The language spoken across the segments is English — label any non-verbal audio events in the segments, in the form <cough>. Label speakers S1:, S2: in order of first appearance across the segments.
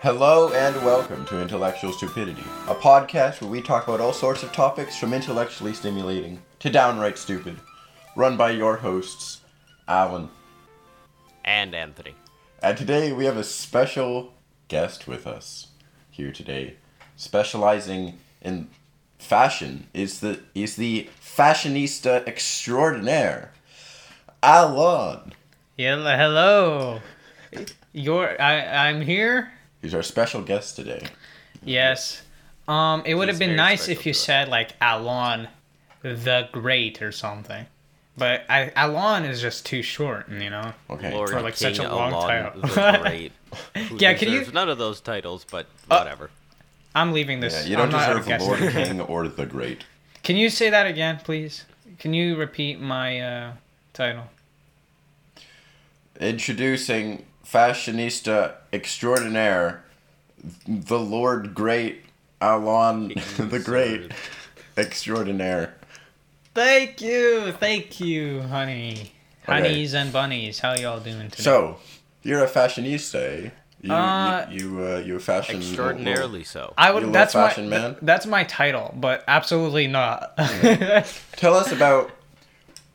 S1: Hello and welcome to Intellectual Stupidity, a podcast where we talk about all sorts of topics from intellectually stimulating to downright stupid. Run by your hosts, Alan.
S2: and Anthony.
S1: And today we have a special guest with us here today, specializing in fashion. Is the is the fashionista extraordinaire, Alan?
S3: Yella, hello. You're I I'm here.
S1: He's our special guest today.
S3: Yes. Um, it would
S2: He's
S3: have been
S2: very
S3: nice
S2: special
S3: if you
S2: to us.
S3: said like Alon, the Great or something, but I, Alon is just too short, you know.
S1: Okay.
S2: Lord
S3: For, like,
S2: King
S3: such a long
S2: Alon
S3: title. <laughs>
S2: the Great. who
S3: Yeah, can you-
S2: deserves None of those titles, but
S1: Uh,
S2: whatever.
S3: I'm leaving this.
S1: Yeah, you don't
S3: I'm not
S1: deserve the
S3: guessing.
S1: Lord King or the Great.
S3: <laughs> Can you say that again, please? Can you repeat my uh, title?
S1: Introducing fashionista extraordinaire, the Lord Great Alon <laughs> the Great extraordinaire.
S3: Thank you, thank you, honey,
S1: Okay.
S3: honeys and bunnies. How y'all doing today?
S1: So, you're a fashionista. Eh? You,
S3: Uh,
S1: you, you, uh, you a fashion
S2: Extraordinarily so.
S3: I
S1: You
S3: would.
S1: love
S3: That's my.
S1: fashion, man?
S3: That's my title, but absolutely not.
S1: Mm-hmm.
S3: <laughs>
S1: Tell us about.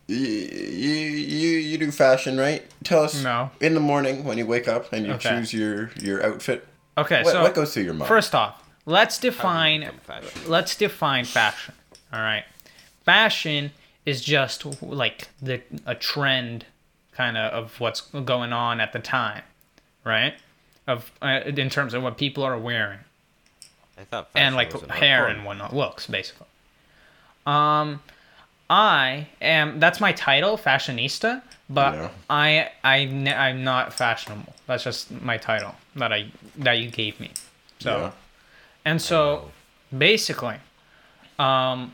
S1: You, you you you do fashion, right? Tell us
S3: No.
S1: in the morning when you wake up and you
S3: Okay.
S1: choose your your outfit.
S3: okay,
S1: What,
S3: so
S1: what goes through your mind?
S3: First off, let's
S2: How
S3: define
S2: do you become fashion?
S3: let's define fashion. All right, fashion is just like the a trend, kind of of what's going on at the time, right? Of uh, in terms of what people are wearing
S2: I thought fashion
S3: and like
S2: was an art
S3: hair
S2: form.
S3: and whatnot, looks basically. Um, I am. That's my title, fashionista. But
S1: Yeah.
S3: I, I, ne- I'm not fashionable. That's just my title that I that you gave me. So.
S1: Yeah.
S3: And so basically, um,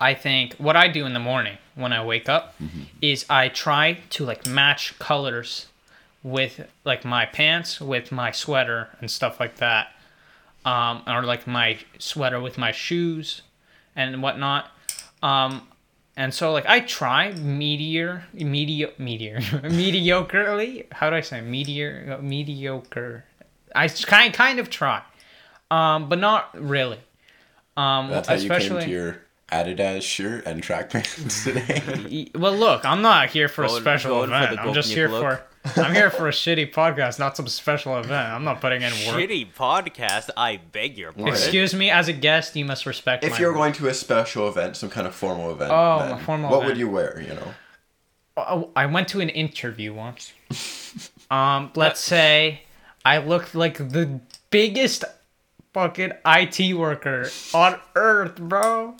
S3: I think what I do in the morning when I wake up
S1: Mm-hmm.
S3: is I try to like match colors with like my pants, with my sweater, and stuff like that. Um, or like my sweater with my shoes and whatnot. Um, and so like I try meteor, meteor, meteor, <laughs> mediocrely. How do I say meteor, mediocre? I s- kind kind of try, um, but not really. Um,
S1: That's how you
S3: especially.
S1: came to your Adidas shirt and track pants today.
S3: <laughs> E- Well, look, I'm not here for
S2: Going-
S3: a special
S2: going for
S3: event.
S2: the
S3: I'm just
S2: Gopnik
S3: here
S2: look.
S3: for I'm here for a shitty podcast, not some special event. I'm not putting in work.
S2: Shitty podcast, I beg your pardon.
S3: Excuse me, as a guest, you must respect.
S1: if
S3: my
S1: you're
S3: work.
S1: going to a special event, some kind of formal event,
S3: Oh,
S1: then
S3: a formal
S1: what
S3: event.
S1: would you wear? You know,
S3: Oh, I went to an interview once. um, let's say I looked like the biggest fucking IT worker on earth, bro.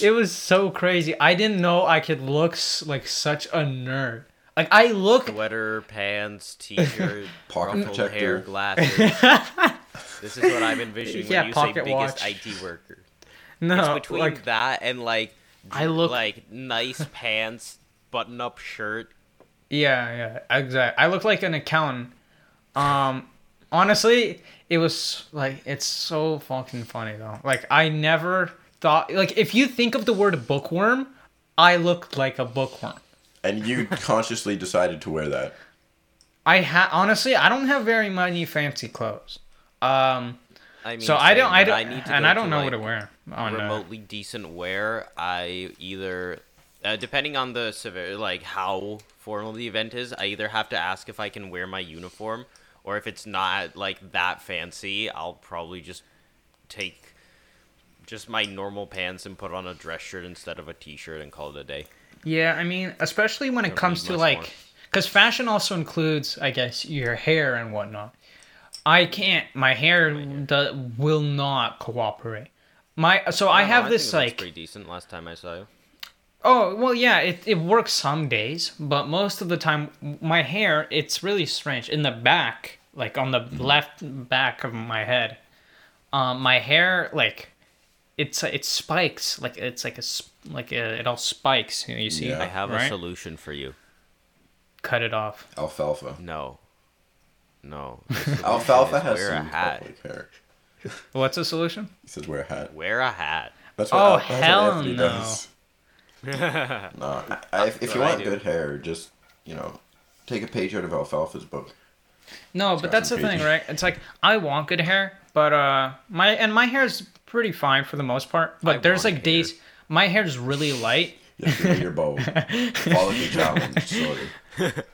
S3: It was so crazy. I didn't know I could look s- like such a nerd. Like I look
S2: Sweater, pants, t-shirt,
S1: <laughs> Pocket
S2: ruffled
S1: protector.
S2: hair,
S3: <laughs>
S2: glasses. this is what I'm envisioning
S3: Yeah,
S2: when you say
S3: pocket
S2: biggest
S3: watch.
S2: IT
S3: <laughs>
S2: worker. It's
S3: no
S2: between
S3: like
S2: that and like
S3: I look-
S2: like
S3: <laughs>
S2: nice pants, button-up shirt.
S3: Yeah, yeah, exactly. I look like an accountant. Um, honestly, it was like it's so fucking funny though. Like I never thought like if you think of the word bookworm, I looked like a bookworm.
S1: and you
S3: <laughs>
S1: consciously decided to wear that.
S3: I ha honestly I don't have very many fancy clothes. Um,
S2: I mean,
S3: so I
S2: same,
S3: don't I
S2: but
S3: don't
S2: need to
S3: and
S2: go
S3: I don't
S2: to,
S3: know
S2: like,
S3: what to wear on uh,
S2: remotely decent wear, I either, uh, depending on the severe, like how formal the event is, I either have to ask if I can wear my uniform, or if it's not like that fancy, I'll probably just take just my normal pants and put on a dress shirt instead of a t-shirt and call it a day.
S3: Yeah, I mean, especially when it comes
S2: be
S3: to
S2: much
S3: like,
S2: more.
S3: because fashion also includes, I guess, your hair and whatnot. I can't. My hair do, will not cooperate. My so I
S2: don't know,
S3: have
S2: I
S3: this
S2: think it looks
S3: like
S2: pretty decent last time I saw you.
S3: oh well yeah it, it works some days but most of the time my hair it's really strange in the back like on the
S2: Mm-hmm.
S3: left back of my head um my hair like it's it spikes like it's like a sp- like a, it all spikes you, know, you see
S1: Yeah.
S2: I have a
S3: right?
S2: solution for you.
S3: cut it off
S1: Alfalfa.
S2: No,
S1: <laughs>
S2: no,
S1: Alfalfa
S2: just
S1: has
S2: wear a
S1: some
S2: hat.
S1: public hair.
S3: What's the solution?
S1: He says wear a hat.
S2: wear a hat.
S1: That's what
S3: Oh,
S1: Al- that's what
S3: hell
S1: Anthony
S3: no.
S1: does.
S3: <laughs>
S1: nah, I, if, if you
S2: what I
S1: want
S2: do.
S1: good hair, just you know, take a page out of Alfalfa's book.
S3: No, but that's the
S1: some
S3: thing,
S1: crazy-
S3: right? It's like I want good hair, but uh my and my hair is pretty fine for the most part. But
S2: I
S3: there's
S2: want
S3: like days my hair's really light.
S1: You have to wear your
S3: <laughs>
S1: bow. Follicle challenge, sort of.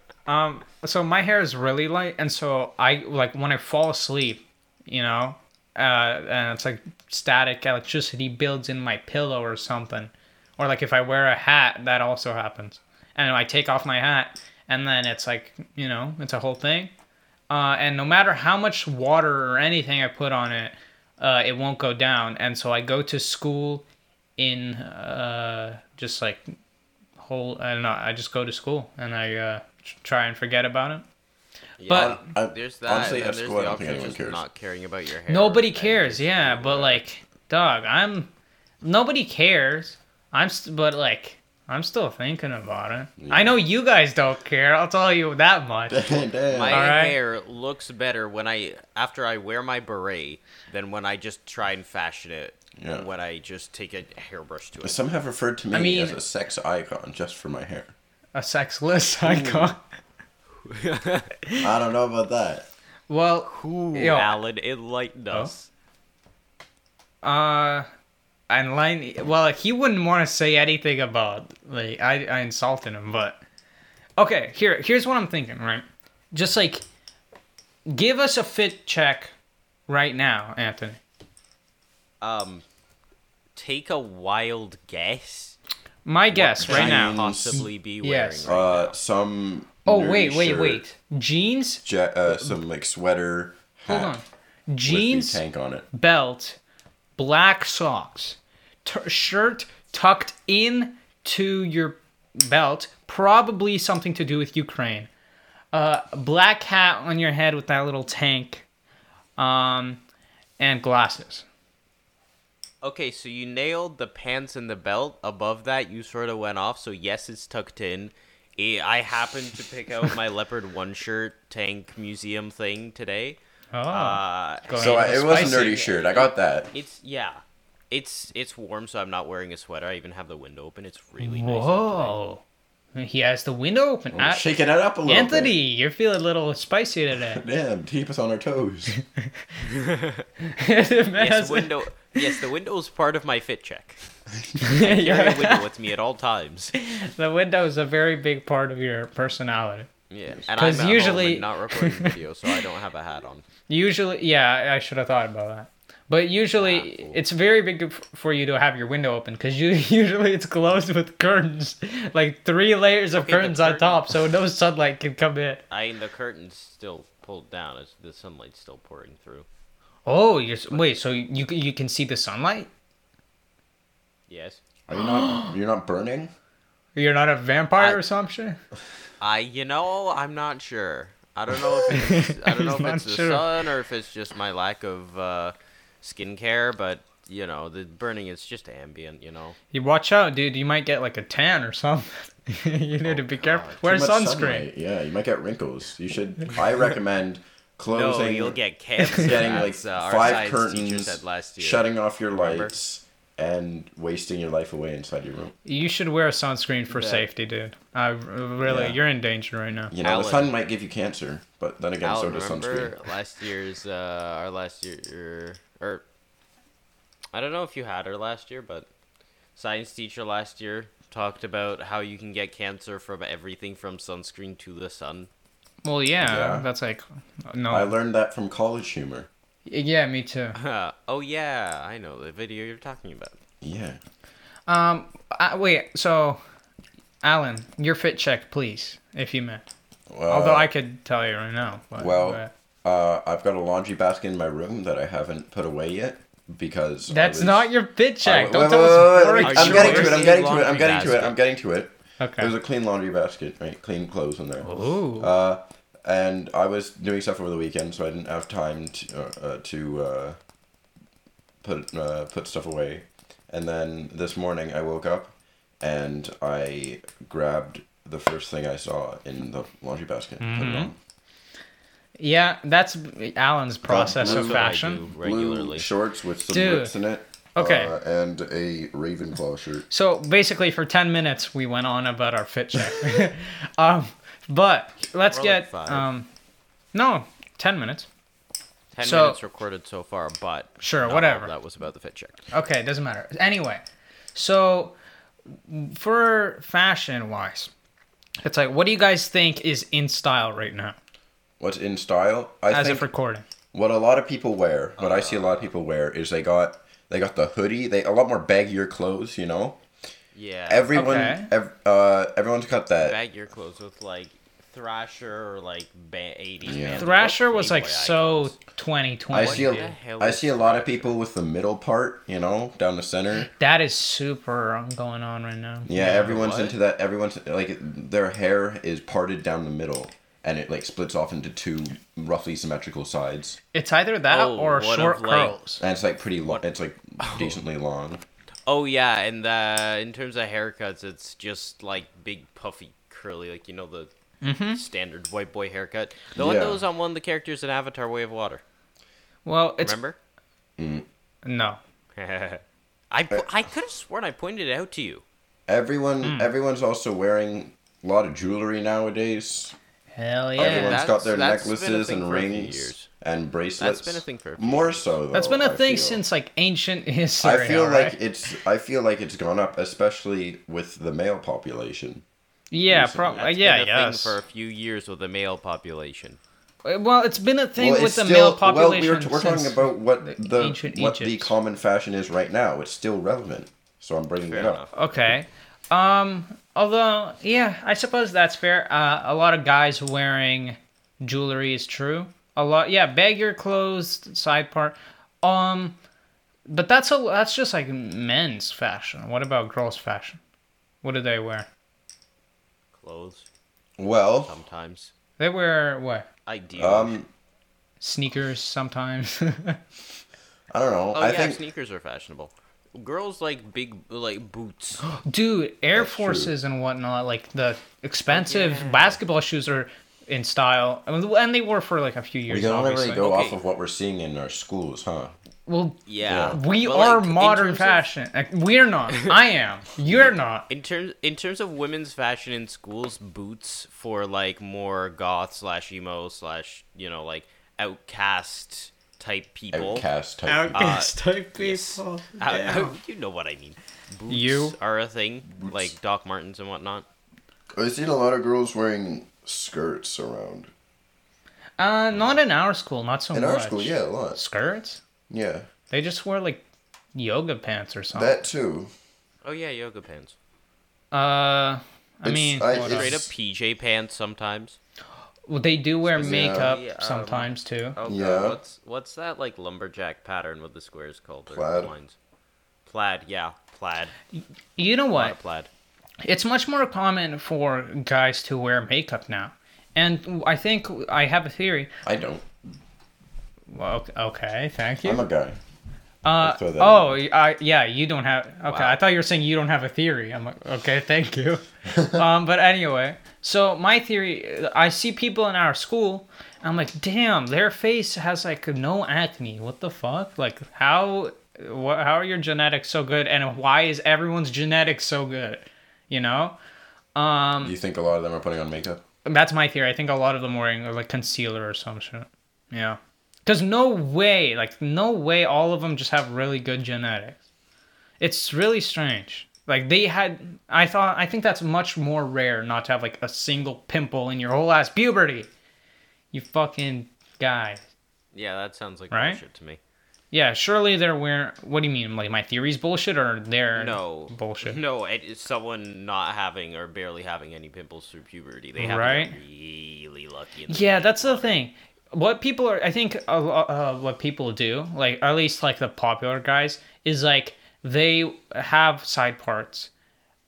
S3: So my hair is really light and so I like when I fall asleep, you know, uh and it's like static electricity builds in my pillow or something. Or like if I wear a hat, that also happens. And I take off my hat and then it's like, you know, it's a whole thing. uh, and no matter how much water or anything I put on it, uh, it won't go down. And so I go to school in uh, just like whole. I don't know. I just go to school and I uh, tr- try and forget about it. But
S1: Um, I-
S2: there's that.
S1: honestly,
S2: and then
S1: at
S2: there's
S1: school, I
S2: the
S1: don't think
S2: option of
S1: anyone
S2: just
S1: cares.
S2: not caring about your hair.
S3: nobody
S2: and
S3: cares.
S2: just
S3: Yeah,
S2: doing
S3: but
S2: whatever.
S3: like, dog, I'm nobody cares. I'm st- but like. I'm still thinking about it. I know you guys don't care. I'll tell you that
S1: <laughs>
S3: much.
S1: <laughs> Damn.
S2: my
S3: Alright.
S2: hair looks better when I after I wear my beret than when I just try and fashion it.
S1: Yeah.
S2: When I just take a hairbrush to it.
S1: Some have referred to me
S3: I mean-
S1: as a sex icon just for my
S3: <laughs>
S1: hair.
S3: A sexless icon.
S2: <laughs>
S1: I don't know about that.
S3: Well,
S2: Ooh,
S3: Yo.
S2: Alan, enlighten us.
S3: Uh, and line. Well, he wouldn't want to say anything about like I, I insulted him, but okay. Here, here's what I'm thinking. Right, just like give us a fit check right now, Anthony.
S2: Um, take a wild guess.
S3: My guess
S2: Could
S3: right
S2: I
S3: now.
S2: possibly be wearing.
S3: Yes.
S2: right
S1: Uh, some.
S3: Oh
S1: nerdy
S3: wait, wait,
S1: shirt,
S3: wait. Jeans.
S1: ja- uh, some like sweater. Hat
S3: Hold on.
S1: with the
S3: Jeans,
S1: tank on it.
S3: belt, black socks, t- shirt tucked in to your belt, probably something to do with Ukraine. Uh, black hat on your head with that little tank, um, and glasses.
S2: Okay, so you nailed the pants and the belt. Above that, you sort of went off. So yes, it's tucked in. Eh, I happened to pick out my leopard one shirt tank museum thing today.
S3: Oh,
S2: Uh,
S1: So I, it was a nerdy shirt. I got that.
S2: it's yeah, it's it's warm, so I'm not wearing a sweater. I even have the window open. It's really nice. out today.
S3: Whoa, he has the window open.
S1: I'm
S3: Ah,
S1: shaking it up a little.
S3: Anthony, you're feeling a little spicy today. <laughs>
S1: Bit. Damn, keep us on our toes.
S2: Yes, window. yes, the window is part of my fit check. Carry a
S3: <laughs> <laughs> You're-
S2: window with me at all times.
S3: the window is a very big part of your personality.
S2: Yeah, and I'm
S3: 'Cause
S2: at home
S3: usually-
S2: and not recording video, so I don't have a hat on.
S3: Usually, yeah, I should have thought about that. But usually,
S2: Ah, cool.
S3: it's very big f- for you to have your window open because you <laughs> usually it's closed with curtains, like three layers of
S2: the
S3: curtains on
S2: curtain-
S3: top, so no <laughs> sunlight can come in.
S2: I mean, the curtain's still pulled down. It's, the sunlight's still pouring through.
S3: Oh, you're s- wait, so you c- you can see the sunlight?
S2: Yes.
S1: Are you not? You're not burning.
S3: You're not a vampire
S2: I-
S3: or some shit?
S2: I, you know, I'm not sure. I don't know if
S3: <laughs>
S2: it's, I don't know if it's
S3: He's not
S2: the
S3: sure.
S2: sun or if it's just my lack of uh, skincare, but you know, the burning is just ambient. You know,
S3: You watch out, dude. You might get like a tan or something. <laughs> you need to be careful.
S2: God.
S3: Wear
S1: Too much
S3: sunscreen.
S1: sunlight. Yeah, you might get wrinkles. You should. I recommend
S2: no,
S1: closing.
S2: you'll get cancer.
S1: getting like
S2: as, uh, our
S1: five
S2: science teacher
S1: curtains,
S2: said last year.
S1: shutting off your
S2: Remember?
S1: lights, and wasting your life away inside your room.
S3: You should wear sunscreen for
S2: Yeah.
S3: safety, dude. I r- really,
S1: Yeah.
S3: you're in danger right now.
S1: You know,
S2: Alan.
S1: the sun might give you cancer, but then again, so
S2: Alan,
S1: does
S2: remember
S1: sunscreen.
S2: last year's uh, our last year or I don't know if you had her last year, but science teacher last year talked about how you can get cancer from everything from sunscreen to the sun.
S3: Well, yeah,
S1: Yeah.
S3: that's like no.
S1: I learned that from college humor.
S3: Yeah, me too.
S2: <laughs> oh yeah, I know the video you're talking about.
S1: Yeah.
S3: Um, I, wait. So, Alan, your fit check, please, if you may.
S1: Well,
S3: Although I could tell you right now. But,
S1: Uh, well,
S3: but-
S1: uh, I've got a laundry basket in my room that I haven't put away yet because I
S3: that's
S1: was-
S3: not your fit
S1: I-
S3: check.
S1: wait,
S3: Don't
S1: wait,
S3: tell
S1: wait,
S3: us.
S1: wait,
S3: boring
S1: wait,
S2: Are
S1: I'm
S2: you
S1: getting to
S2: wearing
S1: it. I'm
S2: a
S1: getting to it. I'm
S2: laundry
S1: getting to it. I'm
S2: basket?
S1: getting to it.
S3: Okay.
S1: It was a clean laundry basket, right? Clean clothes in there.
S2: Oh.
S3: Ooh.
S1: Uh, and I was doing stuff over the weekend, so I didn't have time to uh, uh, to uh, put uh, put stuff away. And then this morning, I woke up, and I grabbed the first thing I saw in the laundry basket. and
S2: Mm-hmm.
S1: put it on.
S3: yeah, that's Alan's process
S1: blue
S3: of
S1: that I
S3: fashion.
S2: do
S1: Blue
S2: regularly.
S1: shorts with some
S3: Dude.
S1: rips in it.
S3: Okay.
S1: uh, and a Ravenclaw shirt.
S3: So basically, for ten minutes, we went on about our fit check. <laughs> um, but let's
S2: We're like
S3: get
S2: five.
S3: um, No, ten minutes.
S2: Ten
S3: So-
S2: minutes recorded so far, but
S3: Sure,
S2: not all
S3: whatever.
S2: That was about the fit check.
S3: Okay, it doesn't matter. Anyway, so for fashion wise, it's like, what do you guys think is in style right now
S1: What's in style? I
S3: as
S1: think
S3: of recording?
S1: what a lot of people wear, what I see a
S2: Uh.
S1: lot of people wear is they got they got the hoodie. They a lot more baggier clothes, you know.
S2: Yeah.
S1: Everyone,
S3: Okay.
S1: ev- uh, everyone's got that.
S2: bag your clothes with like Thrasher or like ba- 80s
S1: Yeah.
S2: band.
S3: Thrasher
S2: What
S3: was like
S2: Playboy
S3: so
S2: icons.
S1: I
S3: 2020.
S1: see.
S2: the
S1: A,
S2: hell
S1: I
S2: is
S1: see a lot of people with the middle part, you know, down the
S2: <gasps>
S1: center.
S3: that is super going on right now.
S1: Yeah, everyone's
S2: what?
S1: into that. Everyone's like their hair is parted down the middle, and it like splits off into two roughly symmetrical sides,
S3: It's either that
S2: Oh,
S3: or
S2: what
S3: short
S2: of, like-
S3: curls.
S1: and it's like pretty long. It's
S2: <laughs>
S1: like decently long.
S2: Oh yeah, and uh, in terms of haircuts, it's just like big puffy curly, like you know the
S3: Mm-hmm.
S2: standard white boy haircut. The one
S1: Yeah.
S2: that was on one of the characters in Avatar: Way of Water.
S3: Well, it's
S2: Remember? <laughs>
S3: no.
S2: I po- I could have sworn I pointed it out to you.
S1: Everyone,
S2: Hmm.
S1: everyone's also wearing a lot of jewelry nowadays.
S3: Hell yeah.
S1: Everyone's got
S2: that's-
S1: their
S2: that's been a
S1: necklaces
S2: thing
S1: and
S2: for a few
S1: rings
S2: years.
S1: and bracelets.
S2: been a thing for a few
S1: more so. Though,
S3: That's been a
S1: I
S3: thing
S1: feel.
S3: since like ancient <laughs> history.
S1: I feel
S3: alright?
S1: like it's. I feel like it's gone up, especially with the male population.
S3: yeah,
S1: recently.
S3: probably
S1: That's
S3: Uh, yeah,
S2: been a
S3: yes.
S2: thing for a few years with the male population.
S3: Well, it's been a thing
S1: Well,
S3: with
S1: it's
S3: the
S1: still-
S3: male population.
S1: Well, we were, we're talking
S3: since-
S1: about what the
S3: ancient
S1: what the
S3: Egypt.
S1: common fashion is right now. It's still relevant, so I'm bringing
S2: Fair
S1: it
S2: enough.
S1: up.
S3: Okay. Um. Although, yeah, I suppose that's fair. Uh, a lot of guys wearing jewelry is true. A lot, yeah. Bag your clothes, side part. Um, but that's a that's just like men's fashion. What about girls' fashion? What do they wear?
S2: Clothes
S1: Well,
S2: sometimes.
S3: They wear what?
S2: I do.
S1: um,
S3: Sneakers sometimes. <laughs>
S1: I don't know.
S2: oh
S1: I
S2: yeah,
S1: think
S2: sneakers are fashionable. Girls like big like boots.
S1: <gasps>
S3: Dude, Air
S1: That's true.
S3: Forces and whatnot, like the expensive basketball shoes are in style. I mean, and they were for like a few years.
S1: we can only
S3: obviously.
S1: really go
S2: Okay.
S1: off of what we're seeing in our schools, huh?
S3: Well,
S2: Yeah.
S3: We
S2: But,
S3: are
S2: like, in
S3: modern
S2: terms of-
S3: fashion. Like,
S2: <laughs>
S3: We're not. I am. You're not.
S2: In terms in terms of women's fashion in schools, boots for like more goth slash emo slash you know like outcast type people.
S1: Outcast type.
S2: Outcast
S4: type
S2: yes.
S4: people.
S2: Out- you know what I mean. Boots
S3: You-
S2: are a thing, like Doc Martens and whatnot.
S1: I've seen a lot of girls wearing skirts around.
S3: Uh, not in our school. Not so
S1: In
S3: much.
S1: our school, yeah, a lot.
S3: Skirts?
S1: Yeah,
S3: They just wear like yoga pants or something.
S1: that too.
S2: Oh yeah, yoga pants.
S3: Uh, I
S1: It's-
S3: mean,
S1: I-
S3: what
S1: it's-
S2: Straight up
S3: else?
S2: PJ pants sometimes.
S3: Well, they do wear makeup
S2: Yeah, um,
S3: sometimes too.
S2: Oh god,
S1: Yeah.
S2: what's what's that like lumberjack pattern with the squares called? or
S1: Plaid.
S2: lines? Plaid, yeah, plaid.
S3: You
S2: A
S3: know
S2: lot
S3: what?
S2: of plaid.
S3: it's much more common for guys to wear makeup now. And I think I have a theory.
S1: I don't.
S3: Well, ok- okay, thank
S1: I'm
S3: you.
S1: a guy.
S3: Uh,
S1: throw that
S3: oh, I, yeah, you don't have. Okay,
S2: Wow.
S3: I thought you were saying you don't have a theory. I'm like, okay,
S1: <laughs>
S3: thank you. um, but anyway, so my theory, I see people in our school. And I'm like, damn, their face has like no acne. What the fuck? Like, how? What? How are your genetics so good? And why is everyone's genetics so good? You know. Um,
S1: You think a lot of them are putting on makeup?
S3: That's my theory. I think a lot of them wearing like concealer or some shit. Yeah. Cause no way, like no way, all of them just have really good genetics. It's really strange. Like they had, I thought, I think that's much more rare not to have like a single pimple in your whole ass puberty. You fucking guys.
S2: Yeah, that sounds like
S3: Right?
S2: bullshit to me.
S3: Yeah, surely they're wearing. What do you mean? Like my theory's bullshit or they're
S2: No
S3: bullshit?
S2: No, it is someone not having or barely having any pimples through puberty. They have
S3: Right?
S2: right? really lucky. In
S3: Yeah, that's the thing. What people are, I think, a lo- uh, what people do, like at least like the popular guys, is like they have side parts.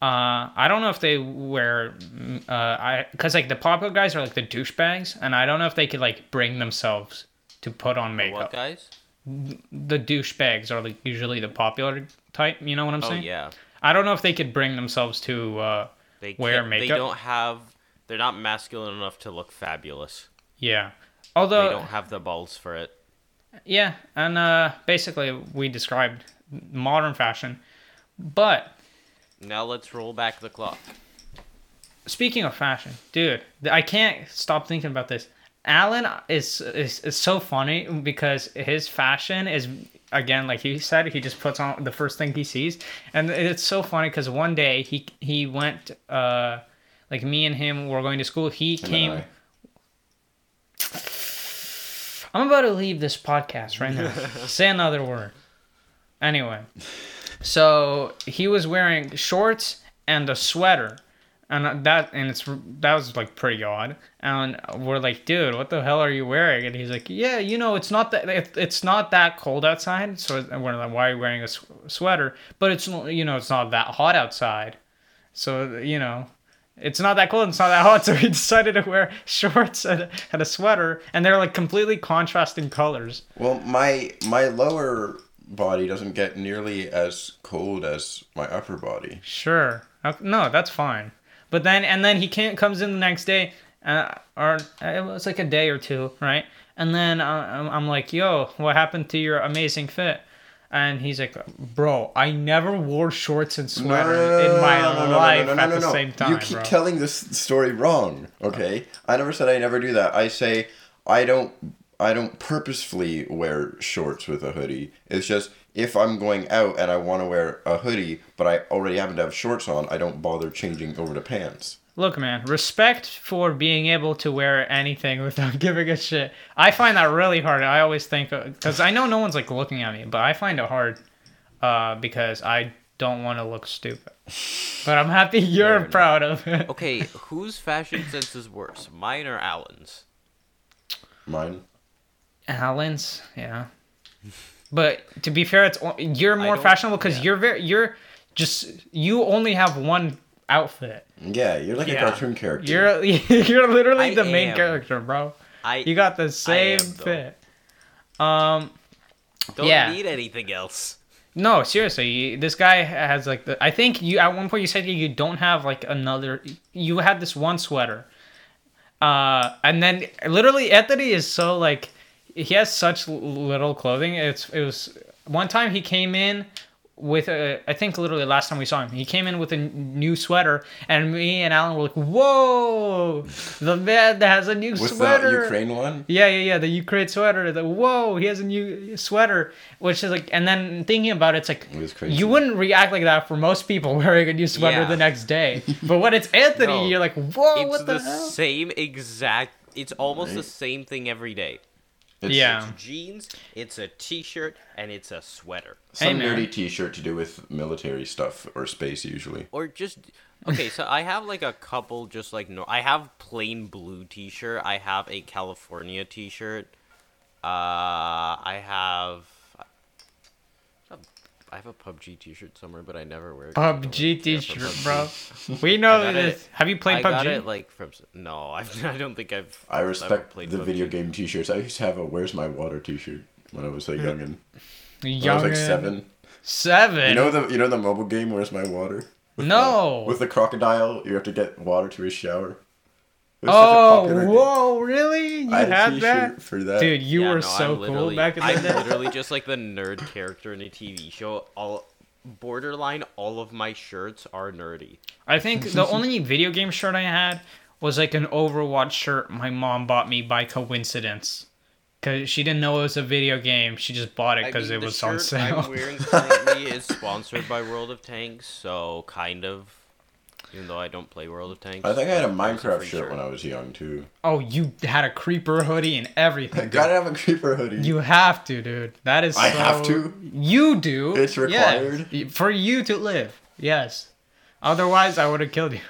S3: Uh, I don't know if they wear, mm, uh, I because like the popular guys are like the douchebags, and I don't know if they could like bring themselves to put on
S2: What
S3: makeup.
S2: guys?
S3: The douchebags are like usually the popular type. You know what I'm
S2: Oh
S3: saying?
S2: yeah,
S3: I don't know if they could bring themselves to. Uh,
S2: they
S3: Wear
S2: can't- They
S3: makeup?
S2: don't have. They're not masculine enough to look fabulous.
S3: yeah.
S2: They
S3: Although
S2: don't have the balls for it.
S3: Yeah, and uh, basically we described modern fashion. But
S2: Now let's roll back the clock.
S3: speaking of fashion, dude, th- I can't stop thinking about this. Alan is, is is so funny because his fashion is again like he said he just puts on the first thing he sees and it's so funny because one day he he went uh like me and him were going to school he came
S1: I.
S3: I'm about to leave this podcast right now say another word anyway so he was wearing shorts and a sweater and that and it's that was like pretty odd and we're like dude what the hell are you wearing and he's like yeah you know it's not that it, it's not that cold outside so and we're like why are you wearing a s- sweater but it's not- you know it's not that hot outside so you know it's not that cold it's not that hot <laughs> so he decided to wear shorts and, and a sweater and they're like completely contrasting colors
S1: Well, my my lower body doesn't get nearly as cold as my upper body.
S3: Sure. Ok- No, that's fine. But then, and then he can't comes in the next day, uh, or uh, it was like a day or two, right? And then uh, I'm- I'm like, "Yo, what happened to your amazing fit?" And he's like, "Bro, I never wore shorts and sweaters in my life at the same time,
S1: You keep
S3: bro."
S1: telling this story wrong. Okay, I never said I never do that. I say I don't. I don't purposefully wear shorts with a hoodie. It's just if I'm going out and I want to wear a hoodie, but I already happen to have shorts on, I don't bother changing over to pants.
S3: Look, man, respect for being able to wear anything <laughs> without giving a shit. I find that really hard. I always think because I know no one's like looking at me, but I find it hard uh, because I don't want to look stupid. But I'm happy <laughs> you're
S2: enough.
S3: proud of it.
S2: Okay, whose fashion sense is worse, mine or Alan's?
S1: Mine.
S3: Allen's, yeah. But to be fair, it's o- you're more
S2: don't-
S3: fashionable because
S2: yeah.
S3: you're very you're just you only have one outfit.
S1: Yeah, you're like
S3: Yeah.
S1: a cartoon character.
S3: You're you're <laughs> literally
S2: I
S3: the main
S2: am.
S3: character, bro.
S2: I
S3: You got the same
S2: am, though.
S3: fit. Um.
S2: don't
S3: yeah.
S2: need anything else.
S3: No, seriously, you, this guy has like the. I think you at one point you said you don't have like another. You had this one sweater, uh, and then literally Anthony is so like he has such l- little clothing. It's it was one time he came in with a. I think literally last time we saw him, he came in with a n- new sweater, and me and Alan were like, "Whoa, the man that has a new
S1: With
S3: sweater."
S1: the Ukraine one?
S3: Yeah, yeah, yeah. The Ukraine sweater. The whoa, he has a new sweater, which is like. And then thinking about it, it's like
S1: was crazy.
S3: you wouldn't react like that for most people <laughs> wearing a new sweater
S2: Yeah.
S3: the
S2: <laughs>
S3: next day. But when it's Anthony,
S2: No.
S3: you're like, whoa,
S2: it's
S3: Oh, what
S2: the,
S3: the, hell?
S2: same exact. It's almost the same thing every day.
S1: It's
S3: Yeah.
S2: It's jeans, it's a t-shirt, and it's a sweater.
S1: Some
S3: Hey, man.
S1: nerdy t-shirt to do with military stuff or space usually.
S2: Or just okay. So I have like a couple, just like no. I have plain blue t-shirt. I have a California t-shirt. Uh, I have. I have a PUBG T-shirt somewhere, but I never wear it. 'cause I don't really
S3: PUBG
S2: care for
S3: T-shirt,
S2: PUBG.
S3: bro. We know
S2: got
S3: this.
S2: it.
S3: Have you played
S2: I
S3: PUBG?
S2: got it like from s- no. <laughs> I've, I don't think I've.
S1: I
S2: I've
S1: respect
S2: played
S1: the
S2: PUBG.
S1: video game t-shirts. I used to have a "Where's My Water" t-shirt when I was like young and when I
S3: Young
S1: was like seven.
S3: Seven.
S1: You know the you know the mobile game "Where's My Water"
S3: no.
S1: with the crocodile. You have to get water to his shower. It was such a
S3: oh,
S1: popular game.
S3: whoa, really? You
S1: I had, a
S3: had
S1: t-shirt
S3: that,
S1: for that.
S3: dude. You
S2: Yeah,
S3: were
S2: no,
S3: so
S2: I'm
S3: cool
S2: literally-
S3: back in the
S2: I'm
S3: day.
S2: literally just like
S3: <laughs>
S2: the nerd character in a TV show. All borderline, all of my shirts are nerdy.
S3: I
S1: <laughs>
S3: think the only video game shirt I had was like an Overwatch shirt my mom bought me by coincidence. Cause she didn't know it was a video game. She just bought it
S2: I
S3: because
S2: mean,
S3: it
S2: the
S3: was on
S2: shirt I'm
S3: sale.
S2: wearing currently is sponsored by World of Tanks, so kind of. Even though I don't play World of Tanks,
S1: I think I had a Minecraft
S2: free
S1: shirt,
S2: shirt.
S1: when I was young
S3: <laughs>
S1: too.
S3: <laughs> Oh, you had a creeper hoodie and
S1: <laughs>
S3: everything.
S1: Gotta have a creeper hoodie.
S3: You have to, dude. That is.
S1: I
S3: so-
S1: have to?
S3: You do.
S1: It's
S3: Yes.
S1: required.
S3: for you to live. Yes. Otherwise, I would have killed you.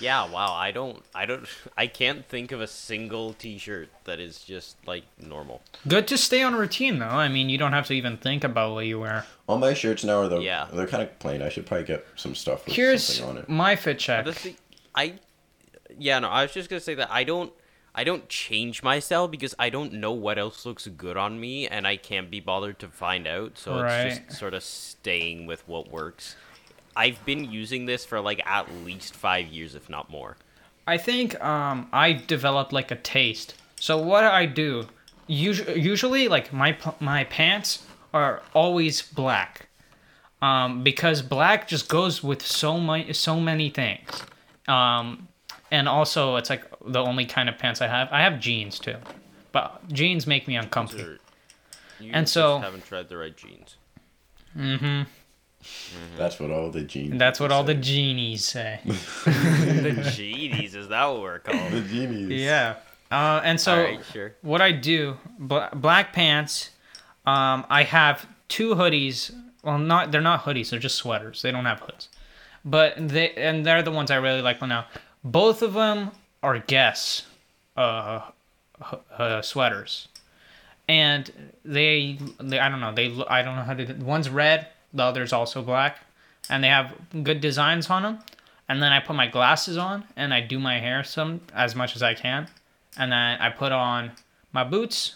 S2: yeah. Wow, I don't, I don't, <laughs> I can't think of a single T-shirt that is just like normal.
S3: Good to stay on routine, though. I mean, you don't have to even think about what you wear.
S1: All my shirts now are though
S2: Yeah.
S1: they're kind of plain. I should probably get some stuff with
S3: Here's
S1: something on it.
S3: my fit check.
S2: The thing, I, yeah, no, I was just gonna say that I don't, I don't change my style because I don't know what else looks good on me, and I can't be bothered to find out. So it's
S3: Right.
S2: just sort of staying with what works. I've been using this for like at least five years, if not more.
S3: I think um, I developed like a taste. So what I do, usually, usually like my p- my pants are always black, um, because black just goes with so much so many things. Um, and also it's like the only kind of pants I have. I have jeans too, but jeans make me uncomfortable.
S2: Or you
S3: And
S2: just
S3: so-
S2: haven't tried the right jeans.
S1: That's what all the genies.
S3: And that's what all the
S1: say.
S3: genies say.
S2: <laughs> the Jeebies, is that what we're called?
S1: the genies.
S3: yeah. Uh, and so
S2: All right, sure.
S3: what I do, bla black pants. Um, I have two hoodies. Well, not they're not hoodies. They're just sweaters. They don't have hoods, but they and they're the ones I really like now. Both of them are guess uh, h- uh, sweaters, and they, they I don't know they lo- I don't know how to one's red the other's also black, and they have good designs on them. And then I put my glasses on and I do my hair some as much as I can, and then I put on my boots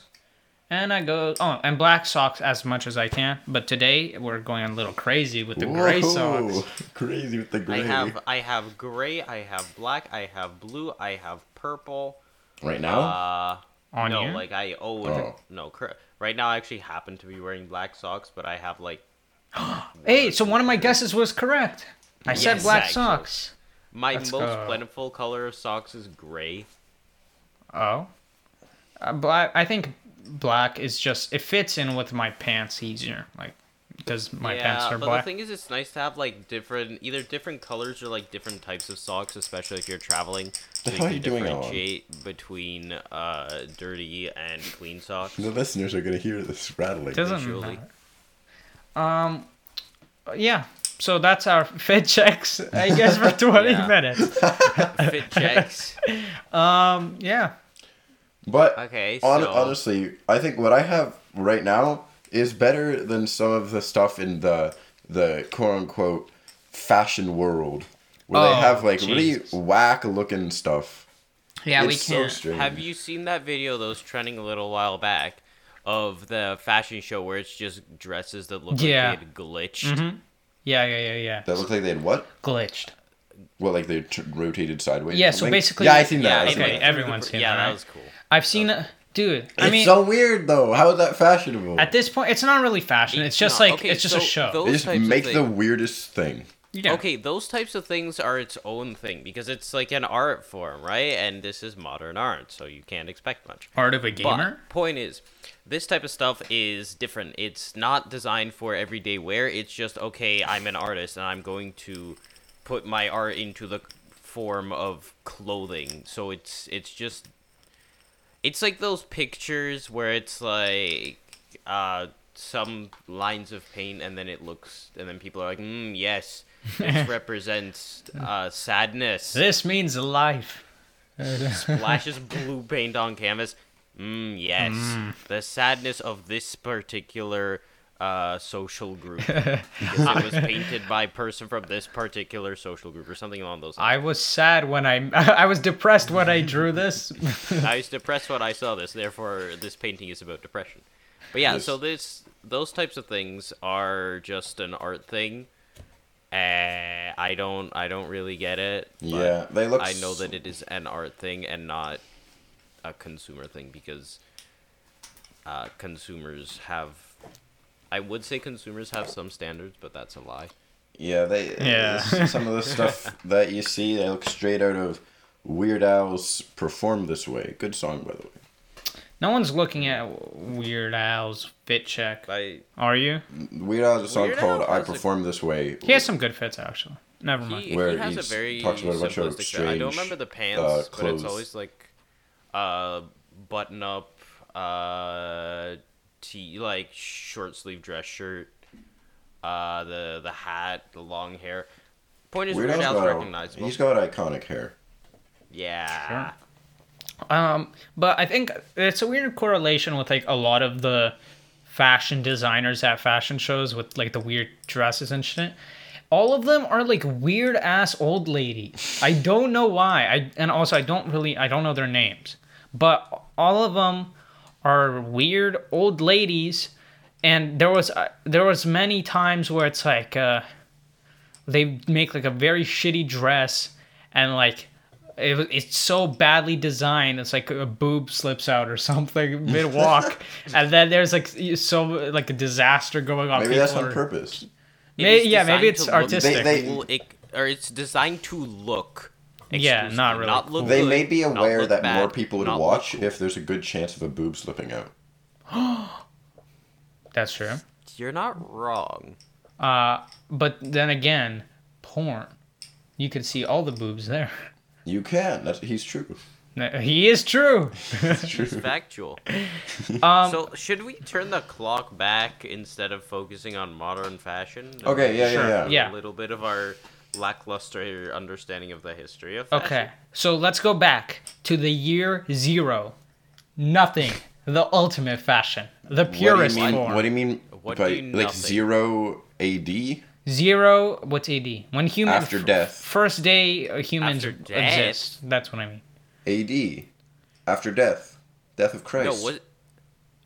S3: and I go oh and black socks as much as I can. But today we're going a little crazy with the gray
S1: Whoa,
S3: socks.
S1: <laughs> Crazy with the
S2: I
S1: gray.
S2: have I have gray, I have black, I have blue, I have purple.
S1: right now.
S2: Uh
S3: On
S2: no,
S3: you?
S2: like I owe
S1: Oh.
S2: no. Cr- right now, I actually happen to be wearing black socks, but I have like
S3: Hey, so one of my guesses was correct. I said
S2: Yes,
S3: black
S2: actually.
S3: socks.
S2: my
S3: Let's
S2: most
S3: go.
S2: plentiful color of socks is gray.
S3: Oh, uh, black. I think black is just it fits in with my pants easier, like because my
S2: yeah,
S3: pants are
S2: but
S3: black.
S2: the thing is, it's nice to have like different, either different colors or like different types of socks, especially if
S1: <laughs>
S2: you're traveling. So
S1: hell are you doing, Alan?
S2: differentiate between uh, dirty and clean socks.
S1: the listeners are gonna hear this rattling.
S3: Doesn't
S2: visually.
S3: matter. Um, yeah. So that's our <laughs> fit checks, I
S2: <laughs>
S3: guess, for twenty
S2: Yeah.
S3: minutes.
S1: <laughs>
S2: Fit checks.
S3: Um, yeah.
S1: But
S2: Okay,
S1: hon-
S2: so-
S1: honestly, I think what I have right now is better than some of the stuff in the the quote unquote fashion world, where
S3: Oh,
S1: they have like
S3: Jesus.
S1: really whack looking stuff.
S3: Yeah,
S1: it's
S3: we can't.
S1: So strange.
S2: Have you seen that video that was trending a little while back of the fashion show where it's just dresses that look
S3: Yeah. Mm-hmm.
S2: like they'd glitched?
S3: yeah, yeah, yeah, yeah.
S1: That looked like they had what?
S3: Glitched.
S1: Well, like they t- rotated sideways.
S3: Yeah,
S1: or
S3: so
S1: something?
S3: basically-
S1: Yeah, I seen that.
S2: Yeah,
S1: I seen
S2: anyway,
S1: that.
S3: okay, everyone's seen
S2: yeah,
S3: that,
S2: that
S3: right?
S2: was cool.
S3: I've seen it, dude. I
S1: it's
S3: mean,
S1: so weird though. How is that fashionable?
S3: at this point, it's not really fashion. It's just
S2: No,
S3: like
S2: okay,
S3: it's just a
S2: so
S3: show.
S2: those
S1: they just
S2: types of
S1: make the
S2: things-
S1: weirdest thing.
S3: yeah.
S2: Okay, those types of things are its own thing because it's like an art form, right? And this is modern art, so you can't expect much.
S3: Part of a gamer.
S2: But point is, this type of stuff is different. It's not designed for everyday wear. It's just okay. I'm an artist, and I'm going to put my art into the form of clothing. So it's it's just it's like those pictures where it's like uh, some lines of paint, and then it looks, and then people are like, mm, yes, this represents uh, sadness.
S3: This means life.
S2: Splashes blue paint on canvas. Mm, yes, the sadness of this particular uh, social group <laughs> because it was painted by a person from this particular social group or something along those lines.
S3: I was sad when I. <laughs> I was depressed when I drew this.
S2: I was depressed when I saw this, therefore this painting is about depression. But yeah,
S1: Yes.
S2: so this those types of things are just an art thing. Uh, I don't I don't really get it. but
S1: Yeah, they look.
S2: I know
S1: s-
S2: that it is an art thing and not a consumer thing because uh, consumers have I would say consumers have some standards, but that's a lie.
S1: Yeah, they.
S3: Yeah.
S1: s- some of the stuff
S2: <laughs>
S1: that you see, they look straight out of Weird Al's "Perform This Way." Good song, by the way.
S3: <laughs> no one's looking at Weird Al's fit check.
S2: I
S3: Are you?
S1: Weird Al has a song
S2: Weird Al
S1: called "I
S2: has a-
S1: Perform This Way."
S3: He has some good fits actually. Never mind.
S2: he,
S1: Uh-huh. Where
S2: he has a
S1: he's-
S2: very
S1: talks about a bunch of
S2: simplistic. fit. I don't
S1: strange,
S2: remember the pants,
S1: uh,
S2: but it's
S1: clothes.
S2: always like uh, button up, uh, t like short sleeve dress shirt, uh, the the hat, the long hair. Point is,
S1: Weird
S2: Weird
S1: Al's
S2: Al's
S1: got,
S2: recognizable.
S1: he's got iconic hair.
S2: yeah.
S3: Um, but I think it's a weird correlation with like a lot of the fashion designers at fashion shows with like the weird dresses and shit. All of them are like weird ass old ladies. I don't know why. I and also I don't really I don't know their names. But all of them are weird old ladies and there was uh, there was many times where it's like uh they make like a very shitty dress and like it, wa- it's so badly designed it's like a boob slips out or <laughs> something mid walk and then there's like s- so like a disaster going on
S1: Maybe that's
S3: People
S1: on
S3: are-
S1: purpose.
S2: It
S3: May-
S2: is
S3: yeah,
S2: designed
S3: maybe it's
S2: to look
S3: artistic.
S1: They- they-
S2: cool. It- or it's designed to look
S3: Yeah, not
S2: exclusively.
S3: really.
S2: Not look
S1: They
S2: good,
S1: may be
S2: not
S1: aware
S2: look
S1: that
S2: bad,
S1: more people would
S2: not look
S1: watch
S2: cool.
S1: if there's a good chance of a boob slipping out.
S3: That's true.
S2: You're not wrong.
S3: Uh, but then again, porn. You could see all the boobs there. <laughs>
S1: You can. That's he's true.
S3: No, He is true.
S1: It's true. <laughs>
S2: It's factual.
S3: Um,
S2: so should we turn the clock back instead of focusing on modern fashion?
S1: Okay, yeah, yeah, Sure. yeah.
S3: Yeah.
S2: A little bit of our lackluster understanding of the history of fashion.
S3: Okay, so let's go back to the year zero. Nothing. The ultimate fashion. The
S1: What
S3: purest
S1: do you mean?
S3: form.
S1: What do you mean?
S2: What
S1: by,
S2: do you
S1: like
S2: nothing?
S1: zero AD
S3: Zero. What's AD? When human
S1: after
S3: f-
S1: death.
S3: First day uh, humans
S2: After
S3: exist.
S2: death?
S3: That's what I mean.
S1: AD after death. Death of Christ.
S2: No, what?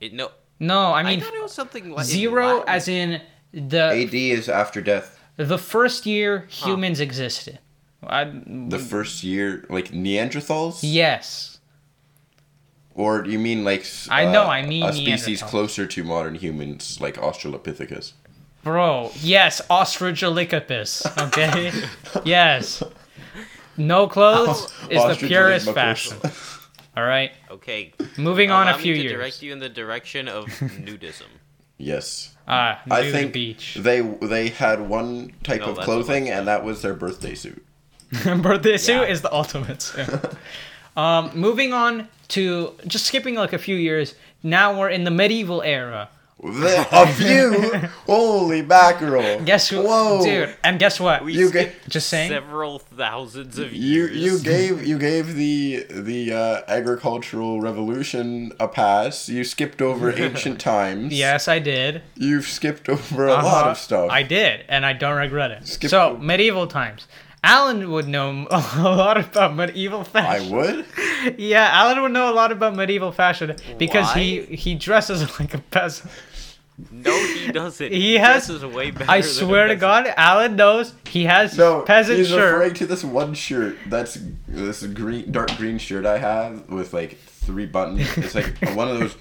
S2: It, no,
S3: No, I
S2: I,
S3: mean
S2: thought it was something like
S3: zero as in the
S1: AD is after death.
S3: the first year humans existed. I,
S1: The first year, like Neanderthals.
S3: yes.
S1: Or do you mean like s- uh,
S3: I know, I mean
S1: a species
S3: Neanderthals.
S1: closer to modern humans, like Australopithecus?
S3: Bro, yes, Australopithecus.
S1: <laughs>
S3: Okay, yes. No clothes is the
S1: Ostrich
S3: purest
S1: Olympicus.
S3: fashion. All right,
S2: Okay.
S3: moving on a
S2: allow
S3: few
S2: me to
S3: years.
S2: Direct you in the direction
S3: <laughs>
S2: of nudism.
S1: yes,
S3: Ah,
S1: I
S3: nude
S1: think
S3: beach. <laughs>
S1: they they had one type
S2: No,
S1: of
S2: that's a
S1: clothing, and that was their birthday
S3: <laughs>
S1: suit.
S3: Birthday suit
S2: Yeah.
S3: is the
S1: <laughs>
S3: ultimate suit. um, moving on to just skipping like a few years. Now we're in the medieval era.
S1: The- a
S3: <laughs>
S1: view, holy mackerel!
S3: Guess who,
S1: Whoa,
S3: dude? And guess what?
S2: We
S1: You
S2: skipped
S3: just saying.
S2: Several thousands of
S3: <laughs>
S1: You
S2: years.
S1: you gave you gave the the uh, agricultural revolution a pass. You skipped
S3: <laughs>
S1: over ancient times.
S3: yes, I did.
S1: you've skipped over a lot
S3: Uh-huh.
S1: of stuff.
S3: I did, and I don't regret it.
S1: Skip-
S3: so medieval times. Alan would know <laughs> a lot about medieval
S1: I
S3: fashion.
S1: would.
S3: <laughs> Yeah, Alan would know a lot about medieval fashion because he he dresses <laughs> like a peasant.
S2: No, he doesn't.
S3: He has-
S2: dresses way better.
S3: I
S2: than
S3: swear to
S2: us.
S3: God, Alan knows he has
S1: No,
S3: peasant
S1: he's
S3: shirt.
S1: referring to this one shirt. That's this green, dark green shirt I have with like three buttons. It's like one of those.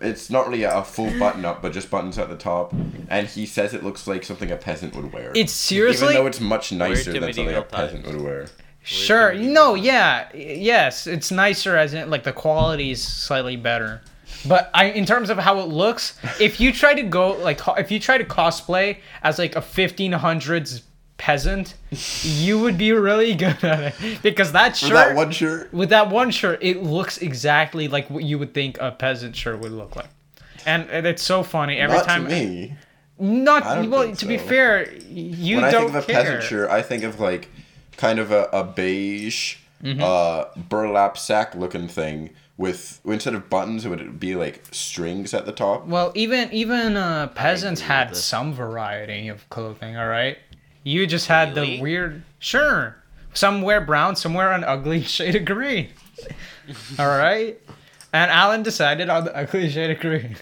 S1: It's not really a full button up, but just buttons at the top. And he says it looks like something a peasant would wear.
S3: It's seriously
S1: even though it's much nicer
S2: to
S1: than something a
S2: medieval
S1: peasant would wear.
S3: sure.
S2: medieval
S3: No, yeah, y- yes, it's nicer as in like the quality is slightly better. But I, in terms of how it
S1: <laughs>
S3: looks, if you try to go like co- if you try to cosplay as like a 1500s peasant, you would be really good at it because that shirt
S1: That one shirt.
S3: with that one shirt, it looks exactly like what you would think a peasant shirt would look like. And and it's so funny every
S1: Not
S3: time.
S1: to me.
S3: Not
S1: I don't
S3: well.
S1: think
S3: To be
S1: so.
S3: fair, you
S1: When I
S3: don't
S1: think of a
S3: care.
S1: peasant shirt, I think of like kind of a, a beige
S3: Mm-hmm.
S1: uh, burlap sack looking thing with instead of buttons, it would be like strings at the top.
S3: Well, even even uh, peasants
S2: agree with
S3: had
S2: this.
S3: some variety of clothing. All right, you just had
S2: Really?
S3: the weird. Sure, some wear brown, some wear an ugly <laughs> shade
S2: <laughs>
S3: of green. all right, and Alan decided on the ugly shade of green.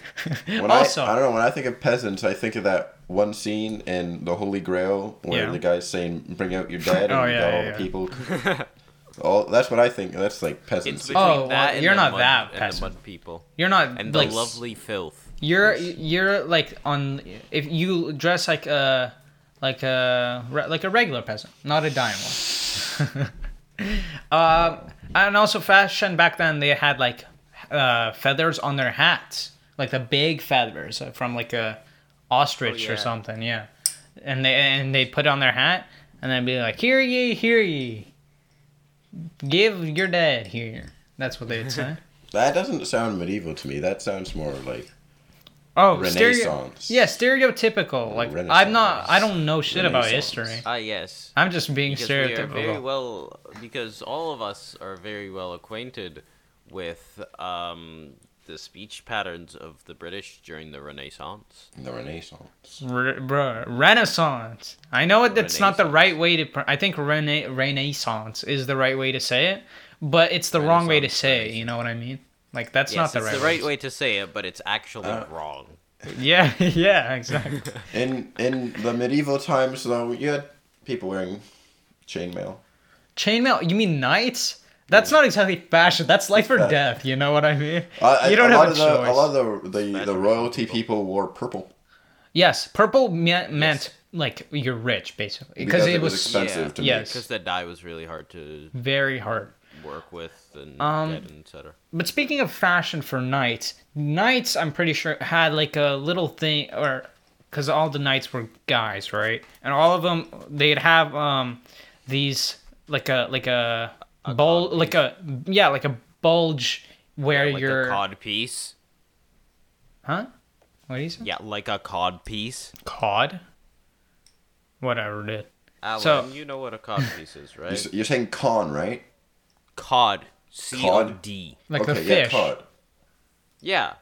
S1: When
S3: also,
S1: I, I don't know. When I think of peasants, I think of that one scene in the Holy Grail where
S3: Yeah.
S1: the guy's saying, "Bring out your dead,"
S3: <laughs>
S1: and
S3: Oh,
S1: you
S3: yeah,
S1: got
S3: yeah,
S1: all
S3: yeah.
S1: the people. all that's what I think. That's like
S2: It's
S1: peasants.
S2: between
S3: Oh, well,
S2: that and
S3: you're
S2: the
S3: not
S2: mud,
S3: that
S2: and the
S3: peasant.
S2: mud people
S3: you're not
S2: and
S3: like
S2: the lovely filth.
S3: you're you're like on if you dress like a like a re- like a regular peasant, not a dime one. <laughs> um, and also fashion back then they had like uh, feathers on their hats, like the big feathers uh, from like a ostrich
S2: yeah.
S3: or something, yeah. And they and they put it on their hat and they'd be like, "Hear ye, hear ye, give your dad here." That's what they'd say.
S1: that doesn't sound medieval to me. That sounds more like
S3: Oh,
S1: Renaissance.
S3: Stereo- yeah, stereotypical. Like I'm not. I don't know shit about
S1: Renaissance.
S3: history.
S2: Ah, yes.
S3: I'm just being
S2: Because we are
S3: stereotypical.
S2: very well, because all of us are very well acquainted with um, the speech patterns of the British during the Renaissance.
S1: the Renaissance.
S3: Re- bruh, Renaissance. I know it, it's not the right way to. Pr- I think rena- Renaissance is the right way to say it, but it's the wrong way to
S2: Renaissance,
S3: say it. You know what I mean? Like that's
S2: yes,
S3: not the
S2: it's
S3: right.
S2: the right way to say it, but it's actually
S1: Uh,
S2: wrong.
S3: <laughs> Yeah, yeah, exactly.
S1: In in the medieval times, though, you had people wearing chainmail.
S3: Chainmail. You mean knights? That's not exactly fashion. That's life or
S1: that?
S3: death. You know what I mean?
S1: I- I-
S3: you don't
S1: a lot
S3: have a
S1: of the,
S3: choice.
S1: A lot of the the, the
S2: Fashion
S1: royalty
S2: people.
S1: people wore purple.
S3: Yes, purple me- meant like you're rich basically
S1: Because
S3: because it,
S1: it was
S3: was
S1: expensive. Expensive to
S3: Yes.
S2: because that dye was really hard to
S3: very hard.
S2: work with and
S3: Um,
S2: get and etc.
S3: But speaking of fashion for knights, knights I'm pretty sure had like a little thing or cuz all the knights were guys, right? And all of them they'd have um these like a like a, bul
S2: codpiece.
S3: like a yeah, like a bulge where
S2: Like
S3: you're
S2: a cod piece.
S3: huh? What do you say?
S2: Yeah, like a cod piece.
S3: Cod? Whatever, dude.
S2: Alan,
S3: So-
S2: you know what a cod piece is,
S1: You're,
S2: right?
S1: s- you're saying con, right?
S2: Cod. C O D.
S3: Like the
S1: yeah,
S3: fish.
S1: cod.
S2: Yeah.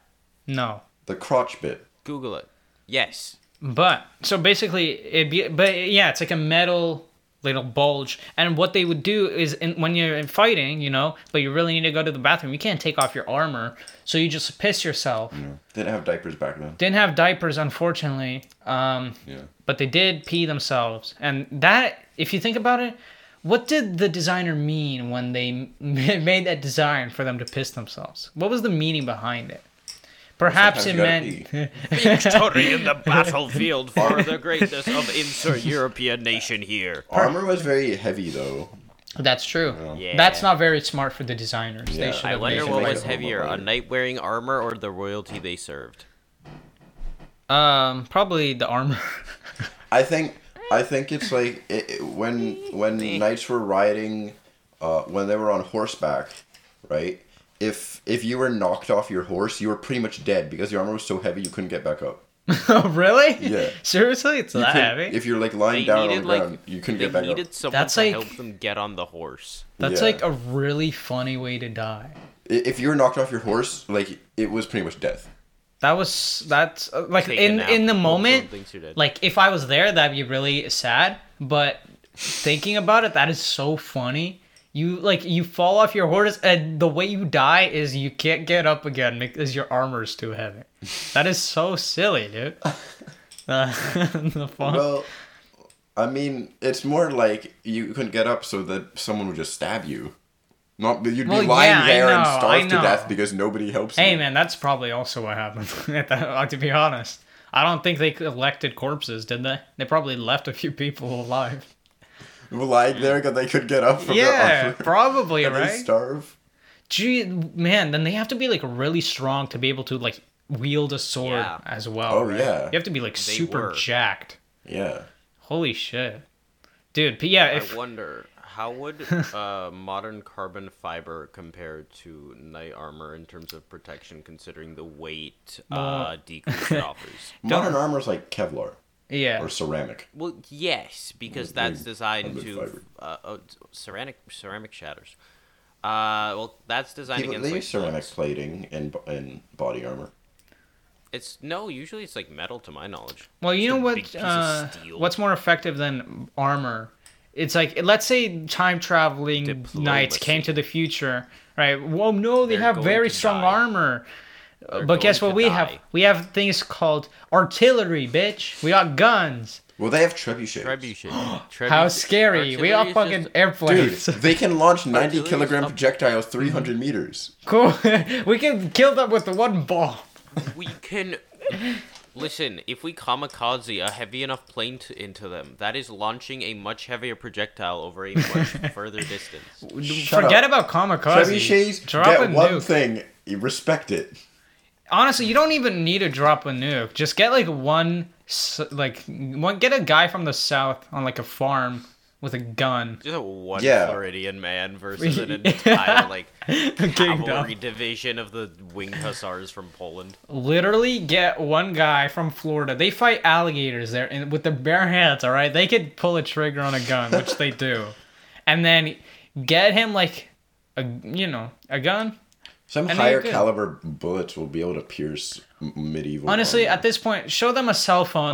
S3: No.
S1: The crotch bit.
S2: Google it. Yes.
S3: But so basically, it'd be but yeah, it's like a metal little bulge. And what they would do is in, when you're in fighting, you know, but you really need to go to the bathroom, you can't take off your armor, so you just piss yourself.
S1: Didn't have diapers back then.
S3: Didn't have diapers, unfortunately. Um,
S1: Yeah.
S3: but they did pee themselves, and that, if you think about it, what did the designer mean when they <laughs> made that design for them to piss themselves? What was the meaning behind it? Perhaps it
S1: Sometimes you
S3: meant.
S1: gotta pee.
S2: Victory in the battlefield for the greatness of insert European nation here.
S1: Armor was very heavy though.
S3: That's true.
S2: Yeah.
S3: That's not very smart for the designers. They
S1: Yeah.
S3: should
S1: I
S2: I
S3: have
S2: wonder
S3: made
S1: should
S2: what
S1: make
S2: was
S1: it a little
S2: heavier, a
S1: lighter.
S2: knight wearing armor or the royalty they served?
S3: um probably the armor. <laughs>
S1: I think I think it's like it, it- when when knights were riding, uh, when they were on horseback, right? If if you were knocked off your horse, you were pretty much dead because your armor was so heavy you couldn't get back up.
S3: oh really?
S1: Yeah.
S3: Seriously, it's
S1: You
S3: that
S1: couldn't-
S3: heavy.
S1: If you're like lying
S2: They
S1: down on the
S2: needed
S1: ground,
S2: like
S1: you couldn't
S2: they
S1: get back
S2: needed
S1: up.
S2: someone
S3: That's
S2: to
S3: like-
S2: help them get on the horse.
S3: That's
S1: yeah.
S3: like a really funny way to die.
S1: I- If you were knocked off your horse, like it was pretty much death.
S3: That was that's uh, like
S2: Take a
S3: in
S2: nap.
S3: in the
S2: Well,
S3: moment.
S2: something's too dead.
S3: Like if I was there, that'd be really sad. But thinking about it, that is so funny. You like you fall off your horse, and the way you die is you can't get up again because your armor is too heavy. That is so silly, dude. <laughs> Uh, the fun.
S1: Well, I mean, it's more like you couldn't get up, so that someone would just stab you. Not you'd
S3: Well,
S1: be lying
S3: yeah, I
S1: there and
S3: know, I
S1: starve to
S3: know.
S1: death because nobody helps
S3: Hey
S1: you.
S3: man, that's probably also what happened. <laughs> to be honest, I don't think they collected corpses, did they? They probably left a few people alive.
S1: Were lying there because they could get up from <laughs> their
S3: Yeah,
S1: armor.
S3: probably
S1: and they
S3: right.
S1: starve.
S3: Gee, man, then they have to be like really strong to be able to like wield a sword
S2: Yeah.
S3: as well.
S1: Oh,
S3: right?
S1: yeah.
S3: you have to be like super
S2: were.
S3: jacked.
S1: Yeah.
S3: Holy shit, dude. But yeah,
S2: I
S3: if
S2: wonder how
S3: <laughs>
S2: would uh, modern carbon fiber compare to knight armor in terms of protection, considering the weight uh, decrease it
S3: <laughs>
S2: offers.
S1: Modern armor's like Kevlar
S3: yeah,
S1: or ceramic.
S2: Well, yes, because
S1: Mm,
S2: that's
S1: mm,
S2: designed
S1: carbon
S2: to
S1: fiber.
S2: uh, oh, it's- ceramic ceramic shatters. Uh, well, that's designed
S1: People, they
S2: against like,
S1: use ceramic
S2: bullets.
S1: plating in, bo- in body armor.
S2: It's no, usually it's like metal, to my knowledge.
S3: Well, you
S2: Just
S3: know
S2: a big
S3: what?
S2: piece of
S3: Uh,
S2: steel.
S3: what's more effective than armor? It's like let's say time traveling knights
S2: Diplomacy.
S3: came to the future, right? Well, no, they
S2: They're
S3: have
S2: going
S3: very
S2: to
S3: strong
S2: die.
S3: armor.
S2: They're
S3: but guess
S2: going
S3: what
S2: to
S3: we
S2: die.
S3: have? We have things called artillery, bitch. We got guns.
S1: Well, they have trebuchets.
S3: <gasps>
S2: Trebuchet.
S3: How
S2: Trebuchet.
S3: scary!
S2: Artillery
S3: We got
S2: is
S3: fucking
S2: just-
S1: Dude,
S3: airplanes.
S1: they can
S2: <laughs>
S1: launch 90
S2: Artillery is
S1: kilogram
S2: up-
S1: projectiles 300
S3: Mm-hmm.
S1: meters.
S3: cool. <laughs> we can kill them with the one ball.
S2: we can. Listen, if we kamikaze a heavy enough plane to, into them, that is launching a much heavier projectile over a
S3: <laughs>
S2: much further distance.
S1: Shut
S3: Forget
S1: up.
S3: about kamikaze.
S1: Trebuchets
S3: Drop a
S1: get one
S3: nuke.
S1: thing. You respect it.
S3: honestly you don't even need to drop a nuke just get like one s- like one get a guy from the south on like a farm with a gun <laughs>
S2: Just a one
S1: Yeah.
S2: Floridian man versus an entire
S3: <laughs>
S2: like
S3: Kingdom.
S2: cavalry division of the winged hussars from Poland.
S3: literally get one guy from florida they fight alligators there and with their bare hands all right they could pull a trigger on a gun which they
S1: <laughs>
S3: do and then get him like a you know a gun
S1: Some
S3: And they're
S1: higher
S3: good.
S1: caliber bullets will be able to pierce m- medieval.
S3: honestly
S1: armor.
S3: at this point show them a cell phone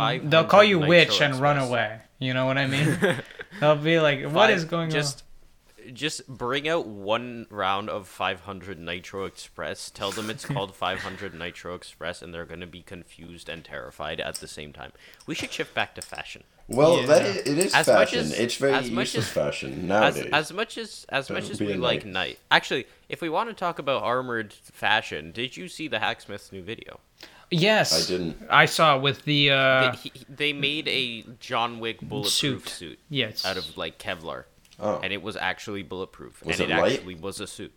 S2: 500
S3: they'll call you
S2: Nitro
S3: witch and run
S2: Express.
S3: away you know what i mean
S2: <laughs>
S3: they'll be like what is going on
S2: just, on? Just bring out one round of 500 Nitro Express. Tell them it's
S3: <laughs>
S2: called 500 Nitro Express, and they're gonna be confused and terrified at the same time. We should shift back to fashion.
S1: well,
S3: Yeah.
S1: that is, it is
S2: As much
S1: fashion.
S2: as-
S1: it's very
S2: as much
S1: useless
S2: as-
S1: fashion
S2: As,
S1: nowadays.
S2: as much as as much
S1: Don't
S2: as
S1: be
S2: we
S1: a
S2: like
S1: knight.
S2: knight, actually, if we want to talk about armored fashion, did you see the hacksmith's new video?
S3: Yes.
S1: I didn't.
S3: I saw it with the. Uh,
S2: They, he, they made a John Wick bulletproof
S3: Suit.
S2: suit,
S3: yes.
S2: out of like Kevlar,
S1: Oh,
S2: and it was actually bulletproof,
S1: Was
S2: and
S1: it
S2: it,
S1: light?
S2: actually was a suit.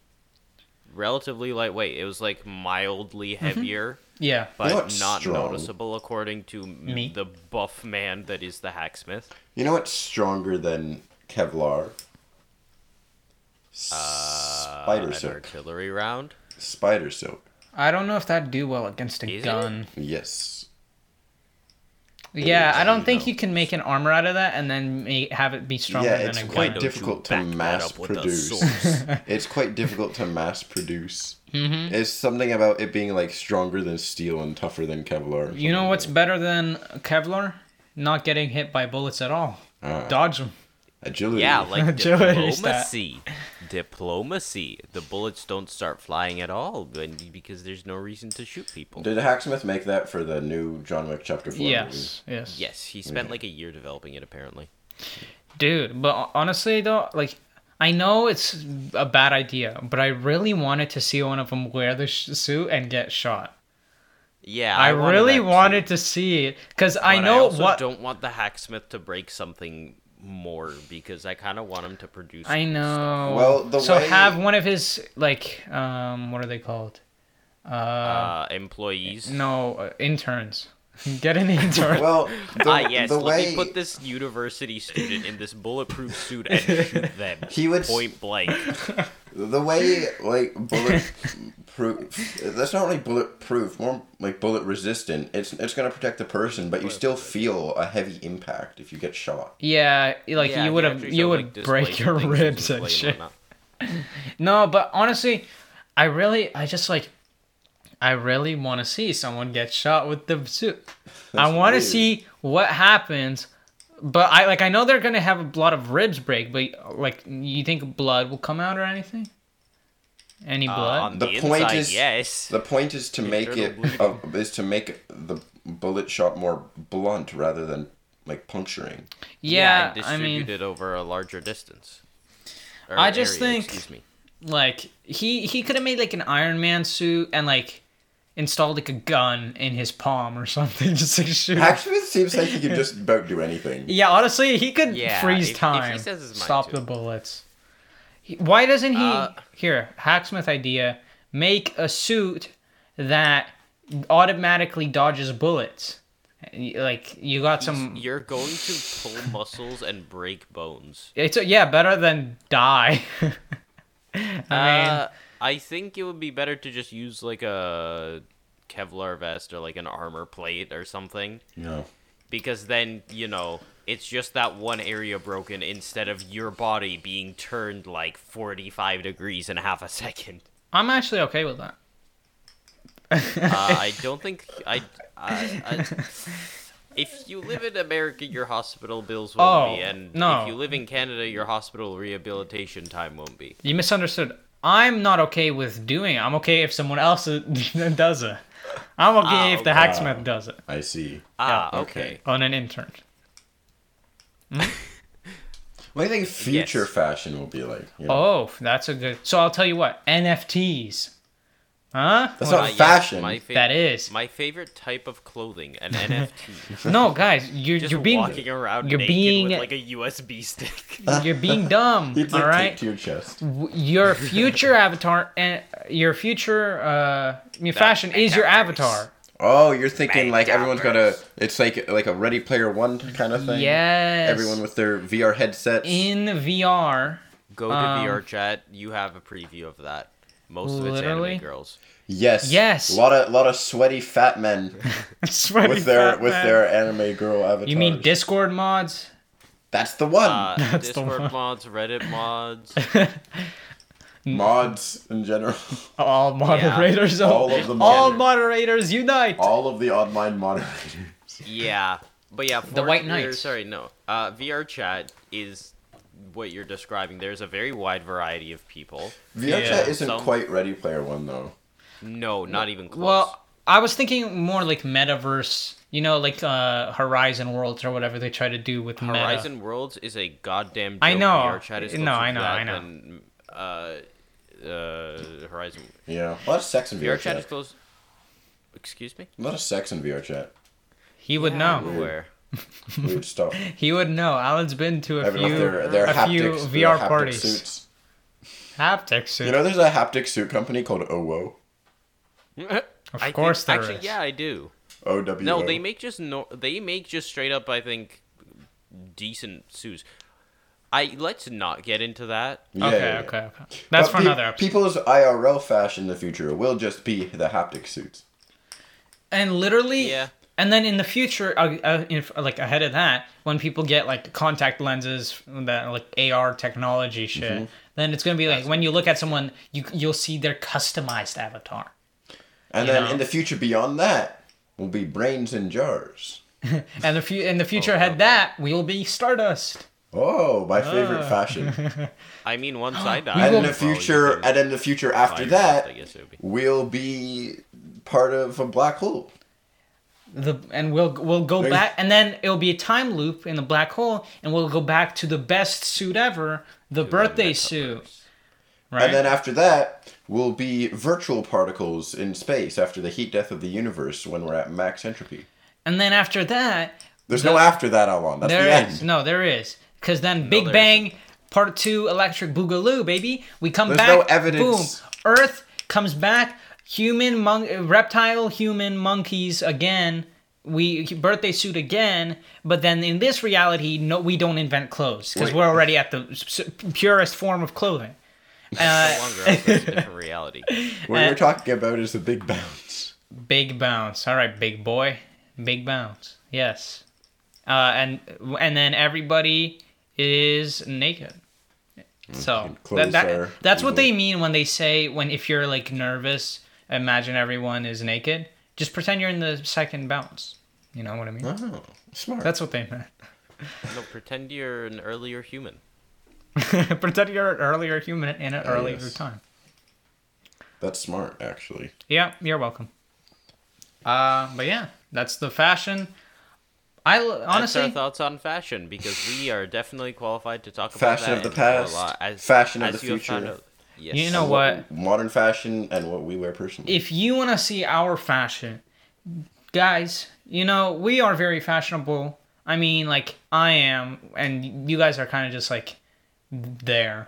S2: Relatively lightweight. It was like mildly heavier,
S3: yeah.
S2: but
S1: Not
S2: not
S1: strong.
S2: noticeable according to
S3: Me?
S2: Me? the buff man that is the hacksmith.
S1: you know what's stronger than Kevlar?
S2: Uh,
S1: Spider
S2: An
S1: silk.
S2: artillery round.
S1: Spider silk.
S3: I don't know if that'd do well against a
S2: Is it?
S3: gun.
S1: Yes.
S3: Yeah,
S1: is,
S3: I
S1: you
S3: don't think
S1: know.
S3: you can make an armor out of that and then make, have it be stronger
S1: yeah,
S3: than
S1: it's
S3: a
S1: quite
S3: gun.
S2: Why don't
S1: difficult
S2: you
S1: to
S2: back that
S1: mass
S2: up with a
S1: produce.
S2: <laughs> source?
S1: it's quite difficult to mass produce. Mm-hmm. It's something about it being like stronger than steel and tougher than Kevlar. or
S3: You know
S1: something.
S3: what's better than Kevlar? Not getting hit by bullets at all.
S1: Uh.
S3: Dodge them.
S1: agility?
S3: <laughs>
S2: Yeah, like
S3: Agility stat.
S2: diplomacy. Diplomacy. The bullets don't start flying at all when, because there's no reason to shoot people.
S1: Did Hacksmith make that for the new John Wick Chapter Four? movie?
S3: Yes, yes.
S2: Yes, he spent like a year developing it apparently.
S3: Dude, but honestly though, like I know it's a bad idea, but I really wanted to see one of them wear the sh- suit and get shot.
S2: Yeah,
S3: I,
S2: wanted
S3: really
S2: that too,
S3: wanted to see it cuz I
S2: but
S3: know
S2: also
S3: what
S2: don't want the hacksmith to break something more because I kind of want him to produce.
S3: I know.
S1: Well, the
S3: so
S1: way-
S3: have one of his like um what are they called?
S2: uh, employees.
S3: No, uh, interns. <laughs> Get an intern.
S1: Well, the,
S2: Ah yes,
S1: the
S2: let
S1: way
S2: me put this university student in this bulletproof suit and
S1: <laughs>
S2: shoot them.
S1: He would s-
S2: point blank.
S1: the way like bulletproof. that's not really bulletproof, more like bullet resistant. It's it's gonna protect the person, but you still feel a heavy impact if you get shot.
S3: yeah, like
S2: Yeah,
S3: you
S2: he
S3: would have
S2: actually
S3: you
S2: showed,
S3: would
S2: like,
S3: break
S2: displays
S3: your
S2: of things you
S3: ribs
S2: can
S3: and
S2: blame
S3: shit.
S2: on that.
S3: No, but honestly, I really, I just like, I really want to see someone get shot with the suit. I want to
S1: weird.
S3: see what happens. But I like, I know they're gonna have a lot of ribs break. But like, you think blood will come out or anything? Any
S2: Uh,
S3: blood?
S2: on
S1: The
S2: the,
S1: point
S2: inside,
S1: is-
S2: yes.
S1: The point is to make it
S2: Internal
S1: uh, is to make the bullet shot more blunt rather than like puncturing.
S3: yeah,
S2: and
S3: I mean,
S2: distribute it over a larger distance. Or
S3: I just think-
S2: Excuse me.
S3: like he he could have made like an Iron Man suit and like installed like a gun in his palm or <laughs> something just to shoot.
S1: Actually, it seems like he can
S2: <laughs>
S1: just about do anything.
S3: Yeah, honestly, he could
S2: Yeah,
S3: freeze
S2: if- if he
S3: time.
S2: says his mind
S3: stop
S2: to.
S3: the bullets. He- Why doesn't he
S2: Uh,
S3: here hacksmith idea make a suit that automatically dodges bullets? Y- Like you got some.
S2: You're going to pull muscles and break bones.
S3: It's yeah, better than die. <laughs> I mean,
S2: Uh, I think it would be better to just use like a Kevlar vest or like an armor plate or something,
S1: No.
S2: because then you know it's just that one area broken instead of your body being turned like 45 degrees in half a second.
S3: I'm actually okay with that.
S2: uh, I don't think I, I, I. If you live in America, your hospital bills won't be,
S3: Oh,
S2: and
S3: no.
S2: if you live in Canada, your hospital rehabilitation time won't be.
S3: You misunderstood. I'm not okay with doing it. I'm okay if someone else <laughs> does it. I'm okay
S2: Ah,
S3: if the
S2: okay.
S3: hacksmith does it
S1: I see.
S2: Ah,
S1: Yeah, okay.
S2: okay.
S3: on an intern.
S1: What do you think future
S2: Yes.
S1: fashion will be like? You know?
S3: Oh, that's a good. So I'll tell you what NFTs, huh?
S1: That's
S2: Uh,
S1: not
S2: yes,
S1: fashion.
S2: my fav-
S3: That is.
S2: my favorite type of clothing,
S3: <laughs>
S2: an NFT.
S3: no, guys, you're
S2: Just
S3: you're being
S2: walking around
S3: you're
S2: naked
S3: being-
S2: with like a USB
S3: <laughs>
S2: stick.
S1: <laughs>
S3: you're being dumb.
S1: It's like
S3: all
S1: taped
S3: right,
S1: to your chest.
S3: W- your future avatar and your future uh, your fashion is your avatar.
S1: Oh, you're thinking
S2: Made
S1: like everyone's got a.
S2: dollars.
S1: It's like like a Ready Player One kind of thing.
S3: Yes.
S1: Everyone with their VR headsets.
S3: in VR. <laughs>
S2: Go to
S3: Um,
S2: VR chat. You have a preview of that. Most of it's
S3: Literally?
S2: anime
S3: <laughs>
S2: girls.
S1: yes.
S3: Yes.
S1: A lot of lot of sweaty fat
S3: <laughs>
S1: men
S3: Sweaty
S1: with their
S3: fat
S1: with
S3: man.
S1: their anime girl avatars.
S3: You mean Discord mods?
S1: That's the one.
S2: Uh,
S1: <laughs>
S3: That's the one.
S2: Discord mods, Reddit mods.
S1: Mods in general. <laughs>
S3: All moderators.
S1: All
S3: <laughs>
S1: of them
S3: All
S1: moderators.
S3: moderators unite.
S1: All of the online moderators.
S2: Yeah, but yeah, for,
S3: White
S2: or-
S3: Knight.
S2: Sorry, no. Uh, VR chat is what you're describing. There's a very wide variety of people.
S1: VR
S3: Yeah.
S1: chat isn't
S2: Some-
S1: quite Ready Player One though.
S2: No, not even close.
S3: Well, I was thinking more like metaverse, you know, like uh Horizon Worlds or whatever they try to do with Meta.
S2: Horizon Worlds is a goddamn. Joke.
S3: I know.
S2: VR chat is
S3: No,
S2: closer
S3: I
S2: to
S3: know,
S2: that
S3: I know.
S2: than, uh, uh, Horizon
S1: Yeah. A lot of sex in VR
S2: VR chat
S1: chat.
S2: is close. Excuse me?
S1: A lot of sex in VR
S3: <laughs>
S1: chat.
S3: He would
S2: Yeah,
S3: know.
S2: Where?
S1: Weird stuff. I
S3: He would know. Alan's been to a
S1: don't know if
S3: few
S1: they're- they're
S3: a few
S1: haptics- they're
S3: VR
S1: haptic
S3: parties.
S1: Suits.
S3: Haptic suit.
S1: You know, there's a haptic suit company called OWO.
S3: of
S2: <laughs> I
S3: course
S2: think,
S3: there
S2: Actually,
S3: is.
S2: yeah, I do.
S1: OWO.
S2: No, they make just no. They make just straight up. I think decent suits. I let's not get into that.
S1: Yeah,
S3: okay,
S1: yeah, yeah.
S3: okay, okay.
S1: But
S3: That's for
S1: pe-
S3: another episode.
S1: People's IRL fashion in the future will just be the haptic suits.
S3: and literally
S2: Yeah.
S3: and then in the future uh, uh, if, like ahead of that when people get like contact lenses that like ar technology shit
S1: Mm-hmm.
S3: then it's gonna be like when you look at someone you you'll see their customized avatar
S1: And
S3: You
S1: then
S3: know?
S1: in the future beyond that will be brains in jars.
S3: and the few in the future ahead that we will be stardust
S1: Oh, my
S3: Ah.
S1: favorite
S3: <laughs>
S1: fashion.
S2: I mean,
S1: <gasps>
S2: once I die,
S1: And in
S2: I'll
S1: the
S2: probably
S1: future,
S2: be
S1: and in the future after
S2: fine, I
S1: that,
S2: guess it would be.
S1: we'll be part of a black hole.
S3: the and we'll we'll go
S1: Maybe-
S3: back and then it'll be a time loop in the black hole and we'll go back to the best suit ever the birthday suit right
S1: And then after that, we'll be virtual particles in space after the heat death of the universe when we're at max entropy.
S3: after that
S1: There's no after that, Alon. That's the
S3: There
S1: end.
S3: is no, there is, because then Big
S2: there
S3: Bang Part Two, Electric Boogaloo, baby. We come
S1: There's
S3: back.
S1: no evidence.
S3: Boom. Earth comes back. Human mon- reptile, human monkeys again. We birthday suit again, but then in this reality, no, we don't invent clothes because
S1: Wait.
S3: we're already at the s- s- purest form of clothing. uh,
S2: No longer. I'll say it's
S3: <laughs>
S2: a different reality.
S1: What we're talking about is the big bounce.
S3: Big bounce. All right, big boy. Big bounce. Yes. Uh, and and then everybody is naked. So that,
S1: clothes
S3: that,
S1: are
S3: that's what
S1: evil.
S3: they mean when they say when if you're like nervous, imagine everyone is naked. Just pretend you're in the second bounce. You know what I mean?
S1: Oh, smart.
S3: That's what they meant.
S2: No, pretend you're an earlier human.
S3: <laughs> pretend you're an earlier human in an earlier
S1: yes.
S3: time.
S1: That's smart, actually.
S3: Yeah, you're welcome. Uh, but yeah, that's the fashion. I l- honestly.
S2: That's our thoughts on fashion because we are definitely qualified to talk
S1: Fashion
S2: about
S1: of
S2: that
S1: the
S2: and know
S1: past,
S2: a lot, as-
S1: fashion of
S2: as
S1: the
S2: you have found
S1: future.
S2: out. Yes.
S3: You know what?
S1: Modern fashion and what we wear personally.
S3: if you want to see our fashion, guys, you know, we are very fashionable. I mean, like, I am, and you guys are kind of just like there.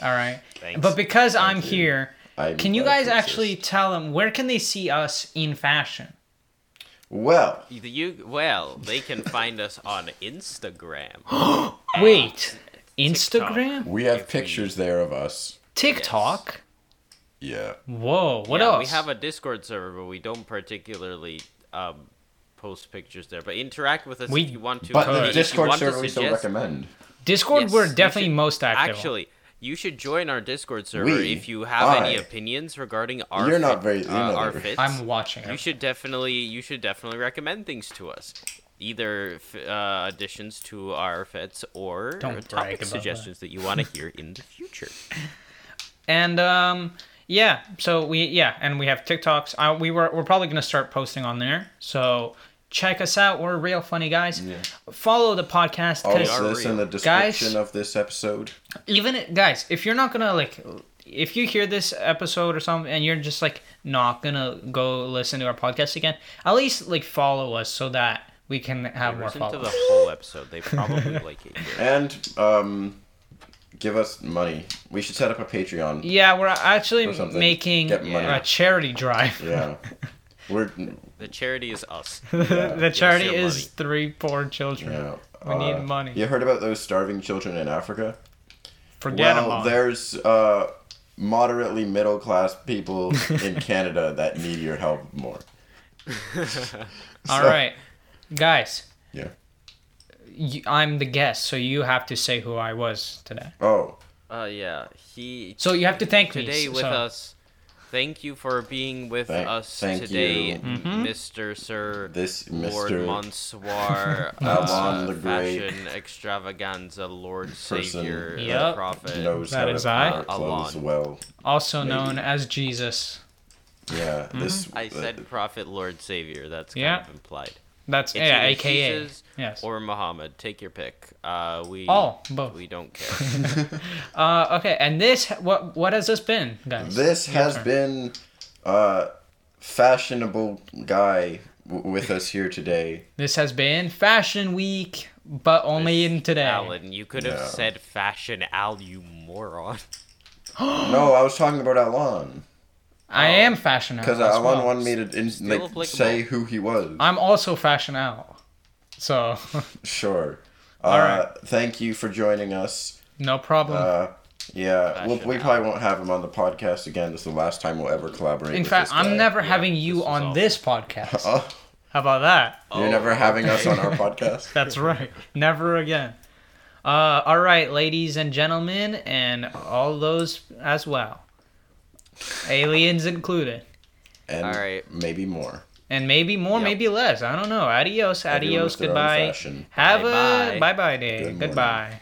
S3: All right.
S2: Thanks.
S3: But because I'm here,
S1: I'm
S3: can you
S1: glad
S3: guys
S1: to
S3: actually tell them where can they see us in fashion?
S1: Well,
S2: The you well, they can find us on
S3: <gasps>
S2: Instagram.
S3: Wait, Instagram,
S1: we have
S2: If we-
S1: pictures there of us.
S3: TikTok.
S1: Yeah.
S3: Whoa, what
S2: Yeah,
S3: else?
S2: We have a Discord server, but we don't particularly um, post pictures there. But interact with us
S3: We-
S2: if you want to.
S1: But
S2: If
S1: the
S2: you
S1: Discord
S2: want to
S1: server we still
S2: suggest-
S1: recommend.
S3: Discord.
S2: Yes,
S3: we're
S2: you
S3: definitely
S2: should-
S3: most active. on.
S2: Actually, you should join our Discord server
S1: We
S2: if you have any
S1: are-
S2: opinions regarding our.
S1: You're not
S2: fit-
S1: very- you're
S2: uh,
S1: not
S2: our
S1: very-
S2: fits.
S3: I'm watching.
S2: You
S3: it.
S2: should definitely you should definitely recommend things to us, either f- uh, additions to our fits or
S3: Don't brag
S2: topic
S3: about
S2: suggestions that, you want to hear in the future.
S3: and um yeah so we yeah and we have tiktoks I, we were we're probably gonna start posting on there so check us out we're real funny guys follow the podcast
S1: All
S3: because
S1: of this in the
S3: Guys-
S1: description of this episode.
S3: even it- guys if you're not gonna like if you hear this episode or something and you're just like not gonna go listen to our podcast again at least like follow us so that we can <laughs> have more
S2: Listen to
S3: followers
S2: the whole episode; they
S3: <laughs>
S2: probably like it. Here.
S1: And um, give us money. We should set up a Patreon.
S3: yeah we're actually
S1: Or something.
S3: making
S1: Get money.
S3: a charity drive
S1: Yeah.
S3: <laughs>
S1: We're
S2: The charity is us.
S3: the charity
S2: your
S3: is
S2: money.
S3: three poor children
S1: yeah. Uh,
S3: we need money
S1: You heard about those starving children in Africa?
S3: forget
S1: well,
S3: about it.
S1: there's uh, moderately middle class people in
S2: <laughs>
S1: Canada that need your help more.
S3: All
S1: So-
S3: right, guys,
S1: Yeah.
S3: you, I'm the guest, so you have to say who I was today.
S1: Oh,
S2: Uh, yeah, he.
S3: So you have to thank me.
S2: today
S3: s-
S2: with
S3: so-
S2: us. Thank you for being with
S1: Thank-
S2: us
S1: thank
S2: today,
S1: you.
S3: Mm-hmm.
S2: Mr. Sir
S1: This
S2: Lord
S1: Mr. <laughs>
S2: Monsoir,
S1: Alon
S2: uh,
S1: the Great.
S2: fashion extravaganza, Lord
S1: Person
S2: Savior, uh,
S3: Yep.
S2: Prophet.
S1: knows
S3: That
S1: how
S3: is
S1: to
S3: I.
S1: pair clothes
S2: Alon.
S1: well.
S3: Also known as Jesus.
S1: Yeah. This.
S2: Mm-hmm. I
S1: uh,
S2: said Prophet, Lord Savior. That's kind
S3: Yeah.
S2: of implied.
S3: That's
S2: It's
S3: yeah,
S2: either
S3: AKA.
S2: Jesus
S3: yes.
S2: Or Muhammad, take your pick. Uh, we
S3: All, both.
S2: We
S3: <laughs>
S2: don't care.
S3: uh, okay, and this what what has this been, guys?
S1: This has been uh, fashionable guy w- with us here today.
S3: This has been Fashion Week, but only in today.
S2: Alan, you could have
S1: No.
S2: said fashion Al, you moron.
S1: No, I was talking about Alon
S3: I
S2: Oh.
S3: am Fashion Al.
S1: because
S3: as
S1: Alon
S3: well.
S1: wanted me to in, like
S2: applicable.
S1: say who he was.
S3: I'm also Fashion Al. So, <laughs>
S1: Sure.
S3: All
S1: uh,
S3: right.
S1: Thank you for joining us.
S3: no problem.
S1: Uh, yeah,
S2: Fashion
S1: we'll, we probably won't have him on the podcast again. This is the last time we'll ever collaborate.
S3: in
S1: with
S3: fact,
S1: this guy.
S3: I'm never having
S2: this
S3: you
S2: is
S3: on
S2: awful.
S3: this podcast.
S1: Oh,
S3: How about that?
S1: you're
S2: Oh,
S1: never having us on
S2: <laughs>
S1: our podcast.
S3: That's right. Never again. Uh, all right, ladies and gentlemen, and all those as well, aliens included,
S1: And
S2: All right.
S1: maybe more.
S3: and maybe more,
S2: Yep.
S3: maybe less. I don't know. Adios,
S1: Everyone with
S3: adios,
S1: their own
S3: goodbye.
S1: fashion.
S3: Have a
S2: Bye-bye.
S3: bye bye day.
S1: Good morning.
S3: Goodbye.